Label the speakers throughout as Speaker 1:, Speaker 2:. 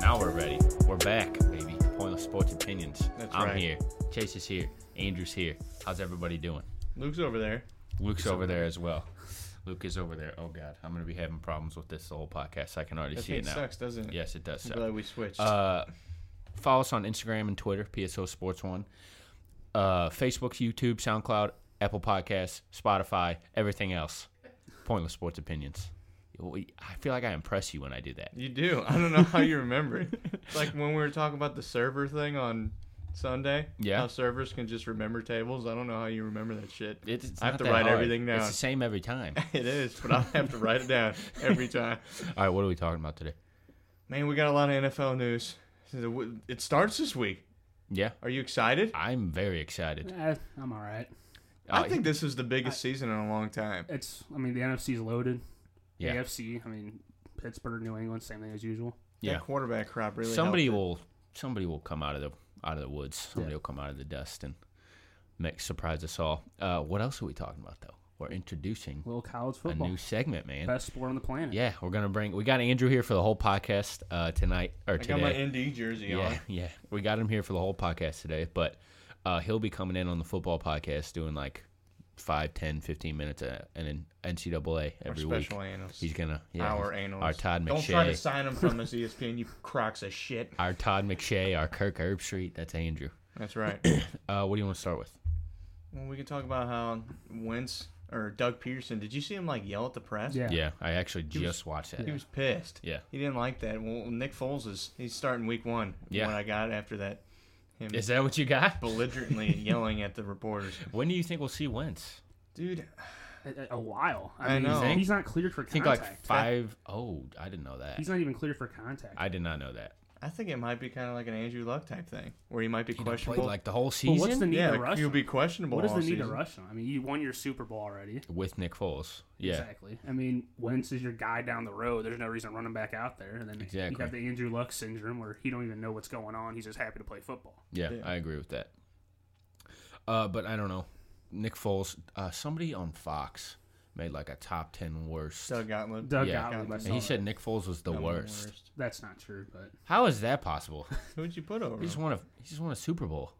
Speaker 1: Now we're ready. We're back, baby. Pointless sports opinions.
Speaker 2: That's
Speaker 1: I'm
Speaker 2: right.
Speaker 1: here. Chase is here. Andrew's here. How's everybody doing?
Speaker 2: Luke's over there.
Speaker 1: Luke's over there as well. Luke is over there. Oh God, I'm gonna be having problems with this whole podcast. I can already
Speaker 2: That
Speaker 1: see
Speaker 2: thing
Speaker 1: it now.
Speaker 2: sucks, doesn't it?
Speaker 1: Yes, it does.
Speaker 2: I'm
Speaker 1: Suck.
Speaker 2: glad we switched.
Speaker 1: Uh, follow us on Instagram and Twitter, PSO Sports One, uh, Facebook, YouTube, SoundCloud, Apple Podcasts, Spotify, everything else. Pointless sports opinions. I feel like I impress you when I do that.
Speaker 2: you do. I don't know how you remember it. It's like when we were talking about the server thing on Sunday.
Speaker 1: Yeah.
Speaker 2: How servers can just remember tables. I don't know how you remember that shit.
Speaker 1: It's, it's
Speaker 2: I have
Speaker 1: not
Speaker 2: to
Speaker 1: that
Speaker 2: write
Speaker 1: hard.
Speaker 2: everything down.
Speaker 1: It's the same every time.
Speaker 2: It is, but I have to write it down every time.
Speaker 1: All right, what are we talking about today?
Speaker 2: Man, we got a lot of NFL news. It starts this week.
Speaker 1: Yeah,
Speaker 2: Are you excited?
Speaker 1: I'm very excited.
Speaker 3: Eh, I'm all right.
Speaker 2: I
Speaker 1: Uh,
Speaker 2: think this is the biggest season in a long time.
Speaker 3: It's I mean the NFC's loaded.
Speaker 1: yeah,
Speaker 3: AFC, I mean Pittsburgh, New England, same thing as usual.
Speaker 1: yeah.
Speaker 2: That quarterback crop really
Speaker 1: somebody
Speaker 2: helped it.
Speaker 1: will somebody will come out of the out of the woods. Somebody will come out of the dust and make surprise us all. Uh, what else are we talking about though? We're introducing
Speaker 3: Little college
Speaker 1: a
Speaker 3: football,
Speaker 1: new segment, man.
Speaker 3: best sport on the planet.
Speaker 1: Yeah, we're gonna bring we got Andrew here for the whole podcast uh, tonight or
Speaker 2: I
Speaker 1: today.
Speaker 2: got my ND jersey on.
Speaker 1: yeah, yeah, we got him here for the whole podcast today, but uh, he'll be coming in on the football podcast doing like. 5, 10, 15 minutes uh, and an NCAA every
Speaker 2: our
Speaker 1: week.
Speaker 2: special analysts.
Speaker 1: He's gonna yeah,
Speaker 2: our
Speaker 1: he's-
Speaker 2: analysts.
Speaker 1: Our Todd McShay.
Speaker 2: Don't try to sign him from E us, ESPN. You crocks of shit.
Speaker 1: Our Todd McShay, our Kirk Herbstreit, that's Andrew.
Speaker 2: That's right.
Speaker 1: Uh, what do you want to start with?
Speaker 2: well, we can talk about how Wentz or Doug Peterson. Did you see him like yell at the press?
Speaker 3: Yeah.
Speaker 1: Yeah, I actually just watched that.
Speaker 2: He was pissed.
Speaker 1: Yeah.
Speaker 2: He didn't like that. Well, Nick Foles is he's starting week one.
Speaker 1: Yeah.
Speaker 2: What I got after that, him
Speaker 1: Is that what you got?
Speaker 2: belligerently yelling at the reporters.
Speaker 1: When do you think we'll see Wentz?
Speaker 2: Dude,
Speaker 3: A, a while.
Speaker 2: I
Speaker 3: I, mean,
Speaker 2: know.
Speaker 3: he's not cleared for
Speaker 1: I think
Speaker 3: contact.
Speaker 1: like five oh I didn't know that.
Speaker 3: He's not even cleared for contact.
Speaker 1: I did not know that.
Speaker 2: I think it might be kind of like an Andrew Luck type thing, where he might be
Speaker 1: He done played
Speaker 2: questionable.
Speaker 1: like the whole
Speaker 3: But
Speaker 1: season
Speaker 3: what's the need
Speaker 2: yeah,
Speaker 3: to rush?
Speaker 2: he'll
Speaker 3: him?
Speaker 2: be questionable.
Speaker 3: What is
Speaker 2: all
Speaker 3: the need to
Speaker 2: season.
Speaker 3: rush him? I mean, you won your Super Bowl already.
Speaker 1: with Nick Foles. Yeah,
Speaker 3: Exactly. I mean, Wentz is your guy down the road. There's no reason running back out there. And then you
Speaker 1: Exactly.
Speaker 3: have the Andrew Luck syndrome where he don't even know what's going on. He's just happy to play football.
Speaker 1: yeah,
Speaker 2: Yeah.
Speaker 1: I agree with that. Uh, but I don't know. Nick Foles. Uh, somebody on Fox made like a top ten worst.
Speaker 2: Doug Gottlieb.
Speaker 3: Doug
Speaker 1: Yeah.
Speaker 3: Gottlieb, I
Speaker 2: And
Speaker 1: and
Speaker 3: saw
Speaker 1: he
Speaker 3: that.
Speaker 1: said Nick Foles was the
Speaker 2: Number
Speaker 1: worst.
Speaker 3: That's not true, but
Speaker 1: How is that possible?
Speaker 2: Who'd you put over?
Speaker 1: He just
Speaker 2: him?
Speaker 1: won a he just won a Super Bowl.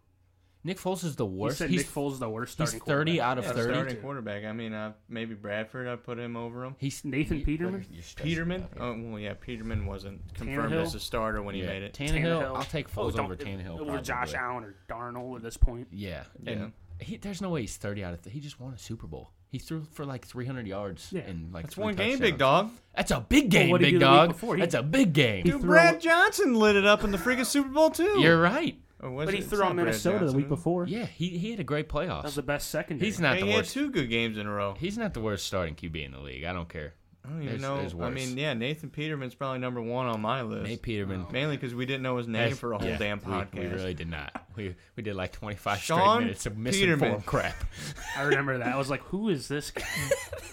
Speaker 1: Nick Foles is the worst.
Speaker 3: He said
Speaker 1: he's
Speaker 3: Nick Foles is the worst
Speaker 1: he's
Speaker 3: starting
Speaker 1: 30
Speaker 3: quarterback.
Speaker 1: out of
Speaker 2: Yeah,
Speaker 1: 30.
Speaker 2: starting quarterback. I mean, uh, maybe Bradford. I put him over him.
Speaker 1: he's
Speaker 3: Nathan
Speaker 1: you-
Speaker 3: Peterman?
Speaker 1: you're stressing
Speaker 2: Peterman.
Speaker 1: me out here.
Speaker 2: Oh well, yeah, Peterman wasn't confirmed
Speaker 3: Tannehill?
Speaker 2: as a starter when he made it.
Speaker 1: Tannehill, I'll take
Speaker 3: Oh,
Speaker 1: Foles
Speaker 3: don't-
Speaker 1: over Tannehill.
Speaker 3: Over
Speaker 1: probably.
Speaker 3: Josh Allen or Darnold at this point.
Speaker 1: Yeah.
Speaker 2: Yeah.
Speaker 1: And he, there's no way he's 30 out of. Th- he just won a Super Bowl. He threw for like 300 yards
Speaker 3: Yeah.
Speaker 1: and like.
Speaker 2: That's
Speaker 1: three
Speaker 2: one game, big
Speaker 1: touchdowns.
Speaker 2: dog.
Speaker 1: That's a big game,
Speaker 3: what'd he
Speaker 1: big
Speaker 3: do the week
Speaker 1: dog.
Speaker 3: before? He-
Speaker 1: That's a big game.
Speaker 3: He
Speaker 2: Dude,
Speaker 3: threw
Speaker 2: Brad
Speaker 3: a-
Speaker 2: Johnson lit it up in the freaking Super Bowl too.
Speaker 1: You're right.
Speaker 2: Or was
Speaker 3: But he
Speaker 2: it-
Speaker 3: threw
Speaker 2: it's
Speaker 3: on
Speaker 2: not Brad
Speaker 3: Minnesota the
Speaker 2: Johnson, is
Speaker 3: week
Speaker 2: it?
Speaker 3: before.
Speaker 1: Yeah, he he had a great
Speaker 3: That was
Speaker 1: playoffs.
Speaker 3: the best secondary.
Speaker 1: He's not
Speaker 2: Hey,
Speaker 1: the
Speaker 2: he had
Speaker 1: worst.
Speaker 2: two good games in a row.
Speaker 1: He's not the worst starting QB in the league. I don't care.
Speaker 2: I don't even
Speaker 1: There's- there's
Speaker 2: know. I
Speaker 1: worse.
Speaker 2: mean, yeah, Nathan Peterman's probably number one on my list.
Speaker 1: Nate Peterman.
Speaker 2: Mainly because we didn't know his name
Speaker 1: That's-
Speaker 2: for a whole
Speaker 1: yeah,
Speaker 2: damn
Speaker 1: we-
Speaker 2: podcast.
Speaker 1: We, really did not. We we did like 25 straight
Speaker 2: Sean
Speaker 1: minutes of misinformed
Speaker 2: Peterman.
Speaker 1: crap.
Speaker 3: I remember that. I was like, who is this guy?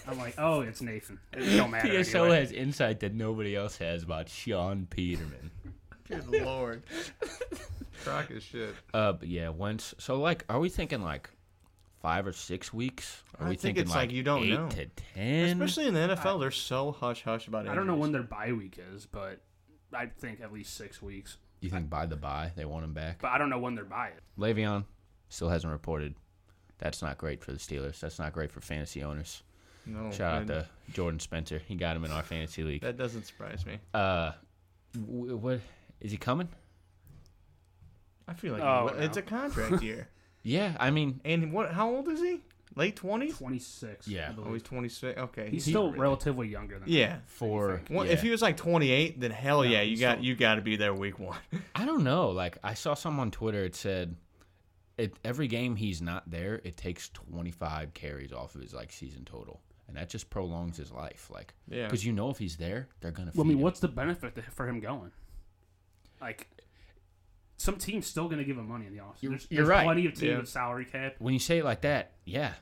Speaker 3: I'm like, oh, it's Nathan. It don't matter.
Speaker 1: PSO
Speaker 3: anyway.
Speaker 1: has insight that nobody else has about Sean Peterman.
Speaker 2: Good lord. Crock is shit.
Speaker 1: Uh, but yeah, once. So, like, are we thinking like five or six weeks? Are
Speaker 2: I
Speaker 1: we
Speaker 2: think
Speaker 1: thinking
Speaker 2: it's like you don't
Speaker 1: eight
Speaker 2: know.
Speaker 1: to ten?
Speaker 2: Especially in the NFL, they're so hush hush about it.
Speaker 3: I don't know when their bye week is, but I think at least six weeks.
Speaker 1: you think by the by they want him back?
Speaker 3: But I don't know when their bye is.
Speaker 1: Le'Veon still hasn't reported. That's not great for the Steelers. That's not great for fantasy owners.
Speaker 2: No,
Speaker 1: Shout
Speaker 2: I-
Speaker 1: out to Jordan Spencer. He got him in our fantasy league.
Speaker 2: Oh, that doesn't surprise me.
Speaker 1: Uh, w- what is he coming?
Speaker 2: I feel like
Speaker 3: Oh,
Speaker 2: what- it's
Speaker 3: no.
Speaker 2: a contract year.
Speaker 1: Yeah, I mean,
Speaker 2: And what? How old is he? Late twenties?
Speaker 3: 26.
Speaker 1: Yeah.
Speaker 2: Oh,
Speaker 3: I
Speaker 2: he's
Speaker 3: believe.
Speaker 2: twenty six. Okay,
Speaker 3: He's
Speaker 2: he-
Speaker 3: still relatively younger than
Speaker 2: Yeah.
Speaker 1: for
Speaker 2: Well,
Speaker 1: yeah.
Speaker 2: If he was like 28, then hell yeah, you
Speaker 3: he's
Speaker 2: got
Speaker 3: still-
Speaker 2: you got to be there week one.
Speaker 1: I don't know. Like I saw some on Twitter. It said, "It every game he's not there, it takes 25 carries off of his like season total, and that just prolongs his life. Like,
Speaker 2: Yeah.
Speaker 1: because you know if he's there, they're gonna.
Speaker 3: Well, I
Speaker 1: feed
Speaker 3: mean,
Speaker 1: him.
Speaker 3: what's the benefit to, for him going? Like, some team's still going to give him money in the offseason.
Speaker 1: You're-
Speaker 3: There's,
Speaker 1: you're
Speaker 3: there's
Speaker 1: right.
Speaker 3: plenty of teams
Speaker 2: Yeah.
Speaker 3: with salary cap.
Speaker 1: when you say it like that? Yeah,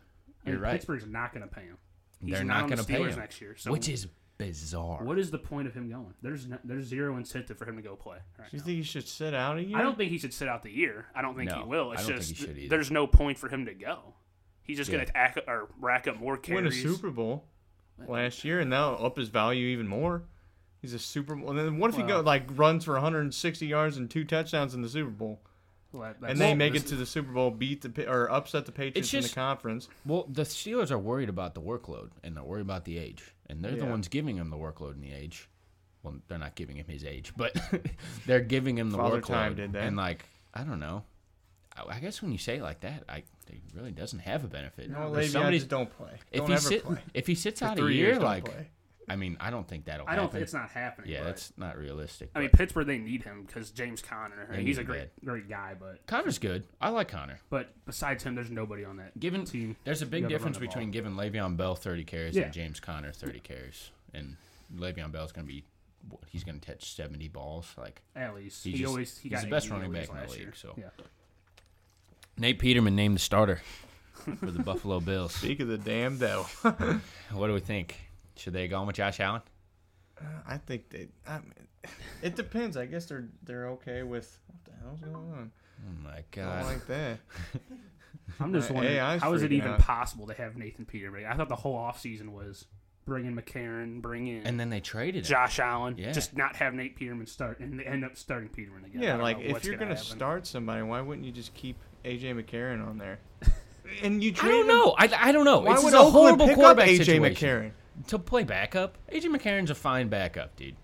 Speaker 3: I
Speaker 1: you're
Speaker 3: mean,
Speaker 1: right.
Speaker 3: Pittsburgh's not going to pay him. He's
Speaker 1: they're
Speaker 3: not
Speaker 1: not
Speaker 3: on the
Speaker 1: gonna pay
Speaker 3: Steelers
Speaker 1: him
Speaker 3: next year, so-
Speaker 1: which is bizarre.
Speaker 3: What is the point of him going? There's no, there's zero incentive for him to go play. Right
Speaker 2: Do you
Speaker 3: now.
Speaker 2: think he should sit out a year?
Speaker 3: I don't think he should sit out the year. I don't think he
Speaker 1: No,
Speaker 3: will.
Speaker 1: I
Speaker 3: It's
Speaker 1: don't think
Speaker 3: just
Speaker 1: he should
Speaker 3: th-
Speaker 1: either.
Speaker 3: there's no point for him to go. He's just
Speaker 1: Yeah.
Speaker 3: going to ack or rack up more carries.
Speaker 2: win a Super Bowl last year, and that'll up his value even more. He's a Super Bowl. And then what if he go
Speaker 3: Well-
Speaker 2: like runs for 160 yards and two touchdowns in the Super Bowl,
Speaker 3: Well, that-
Speaker 2: and
Speaker 3: that's-
Speaker 2: they
Speaker 3: well,
Speaker 2: make
Speaker 3: this-
Speaker 2: it to the Super Bowl, beat the Pa- or upset the Patriots in
Speaker 1: just-
Speaker 2: the conference?
Speaker 1: Well, the Steelers are worried about the workload and they're worried about the age, and they're the
Speaker 2: Yeah.
Speaker 1: ones giving him the workload and the age. Well, they're not giving him his age, but they're giving him the
Speaker 2: Father
Speaker 1: workload.
Speaker 2: Time did that.
Speaker 1: And like, I don't know. I, I guess when you say it like that, I it really doesn't have a benefit.
Speaker 2: No,
Speaker 1: If
Speaker 2: Le'Veon,
Speaker 1: somebody's-
Speaker 2: just don't play.
Speaker 1: if
Speaker 2: don't
Speaker 1: he
Speaker 2: ever
Speaker 1: sit,
Speaker 2: play.
Speaker 1: if he sits
Speaker 2: For
Speaker 1: out a
Speaker 2: three
Speaker 1: year,
Speaker 2: years, don't
Speaker 1: like,
Speaker 2: play.
Speaker 1: I mean, I don't think that'll.
Speaker 3: I don't.
Speaker 1: happen.
Speaker 3: think It's not happening.
Speaker 1: Yeah,
Speaker 3: but-
Speaker 1: that's not realistic.
Speaker 3: I mean,
Speaker 1: but
Speaker 3: Pittsburgh they need him because James Conner.
Speaker 1: They
Speaker 3: He's
Speaker 1: need
Speaker 3: a
Speaker 1: him
Speaker 3: great great guy, but
Speaker 1: Connor's good. I like Connor.
Speaker 3: but besides him, there's nobody on that
Speaker 1: Given
Speaker 3: team.
Speaker 1: there's a big
Speaker 3: You gotta
Speaker 1: difference
Speaker 3: run the
Speaker 1: between
Speaker 3: ball.
Speaker 1: giving Le'Veon Bell 30 carries
Speaker 3: Yeah.
Speaker 1: and James Conner 30 carries, and Le'Veon Bell's going to be what, he's going to touch 70 balls. Like
Speaker 3: at least
Speaker 1: he
Speaker 3: he,
Speaker 1: just-
Speaker 3: always he
Speaker 1: he's
Speaker 3: got
Speaker 1: the best
Speaker 3: 80
Speaker 1: running
Speaker 3: yards
Speaker 1: back in the
Speaker 3: last
Speaker 1: league,
Speaker 3: year.
Speaker 1: so.
Speaker 3: yeah.
Speaker 1: Nate Peterman named the starter for the Buffalo Bills.
Speaker 2: Speak of the damn devil.
Speaker 1: What do we think? Should they go on with Josh Allen?
Speaker 2: I think they. I mean, it depends. I guess they're they're okay with what the hell's going on.
Speaker 1: Oh my
Speaker 2: I
Speaker 1: God!
Speaker 2: don't like that.
Speaker 3: I'm just
Speaker 2: My
Speaker 3: wondering
Speaker 2: AI's
Speaker 3: how is it
Speaker 2: freaking
Speaker 3: even
Speaker 2: out.
Speaker 3: possible to have Nathan Peterman? I thought the whole offseason was bring in McCarron, bring in
Speaker 1: and then they traded him.
Speaker 3: Josh Allen,
Speaker 1: Yeah.
Speaker 3: just not have Nate Peterman start, and they end up starting Peterman again. I
Speaker 2: Yeah,
Speaker 3: don't
Speaker 2: like
Speaker 3: know
Speaker 2: if
Speaker 3: what's
Speaker 2: you're gonna,
Speaker 3: gonna happen.
Speaker 2: start somebody, why wouldn't you just keep AJ McCarron on there? And you
Speaker 1: I
Speaker 2: trade
Speaker 1: don't
Speaker 2: him-
Speaker 1: know. I, I don't know.
Speaker 2: Why
Speaker 1: it's
Speaker 2: would
Speaker 1: a
Speaker 2: Oakland
Speaker 1: horrible
Speaker 2: pick up
Speaker 1: quarterback
Speaker 2: AJ
Speaker 1: situation.
Speaker 2: McCarron?
Speaker 1: To play backup, AJ McCarron's a fine backup, dude.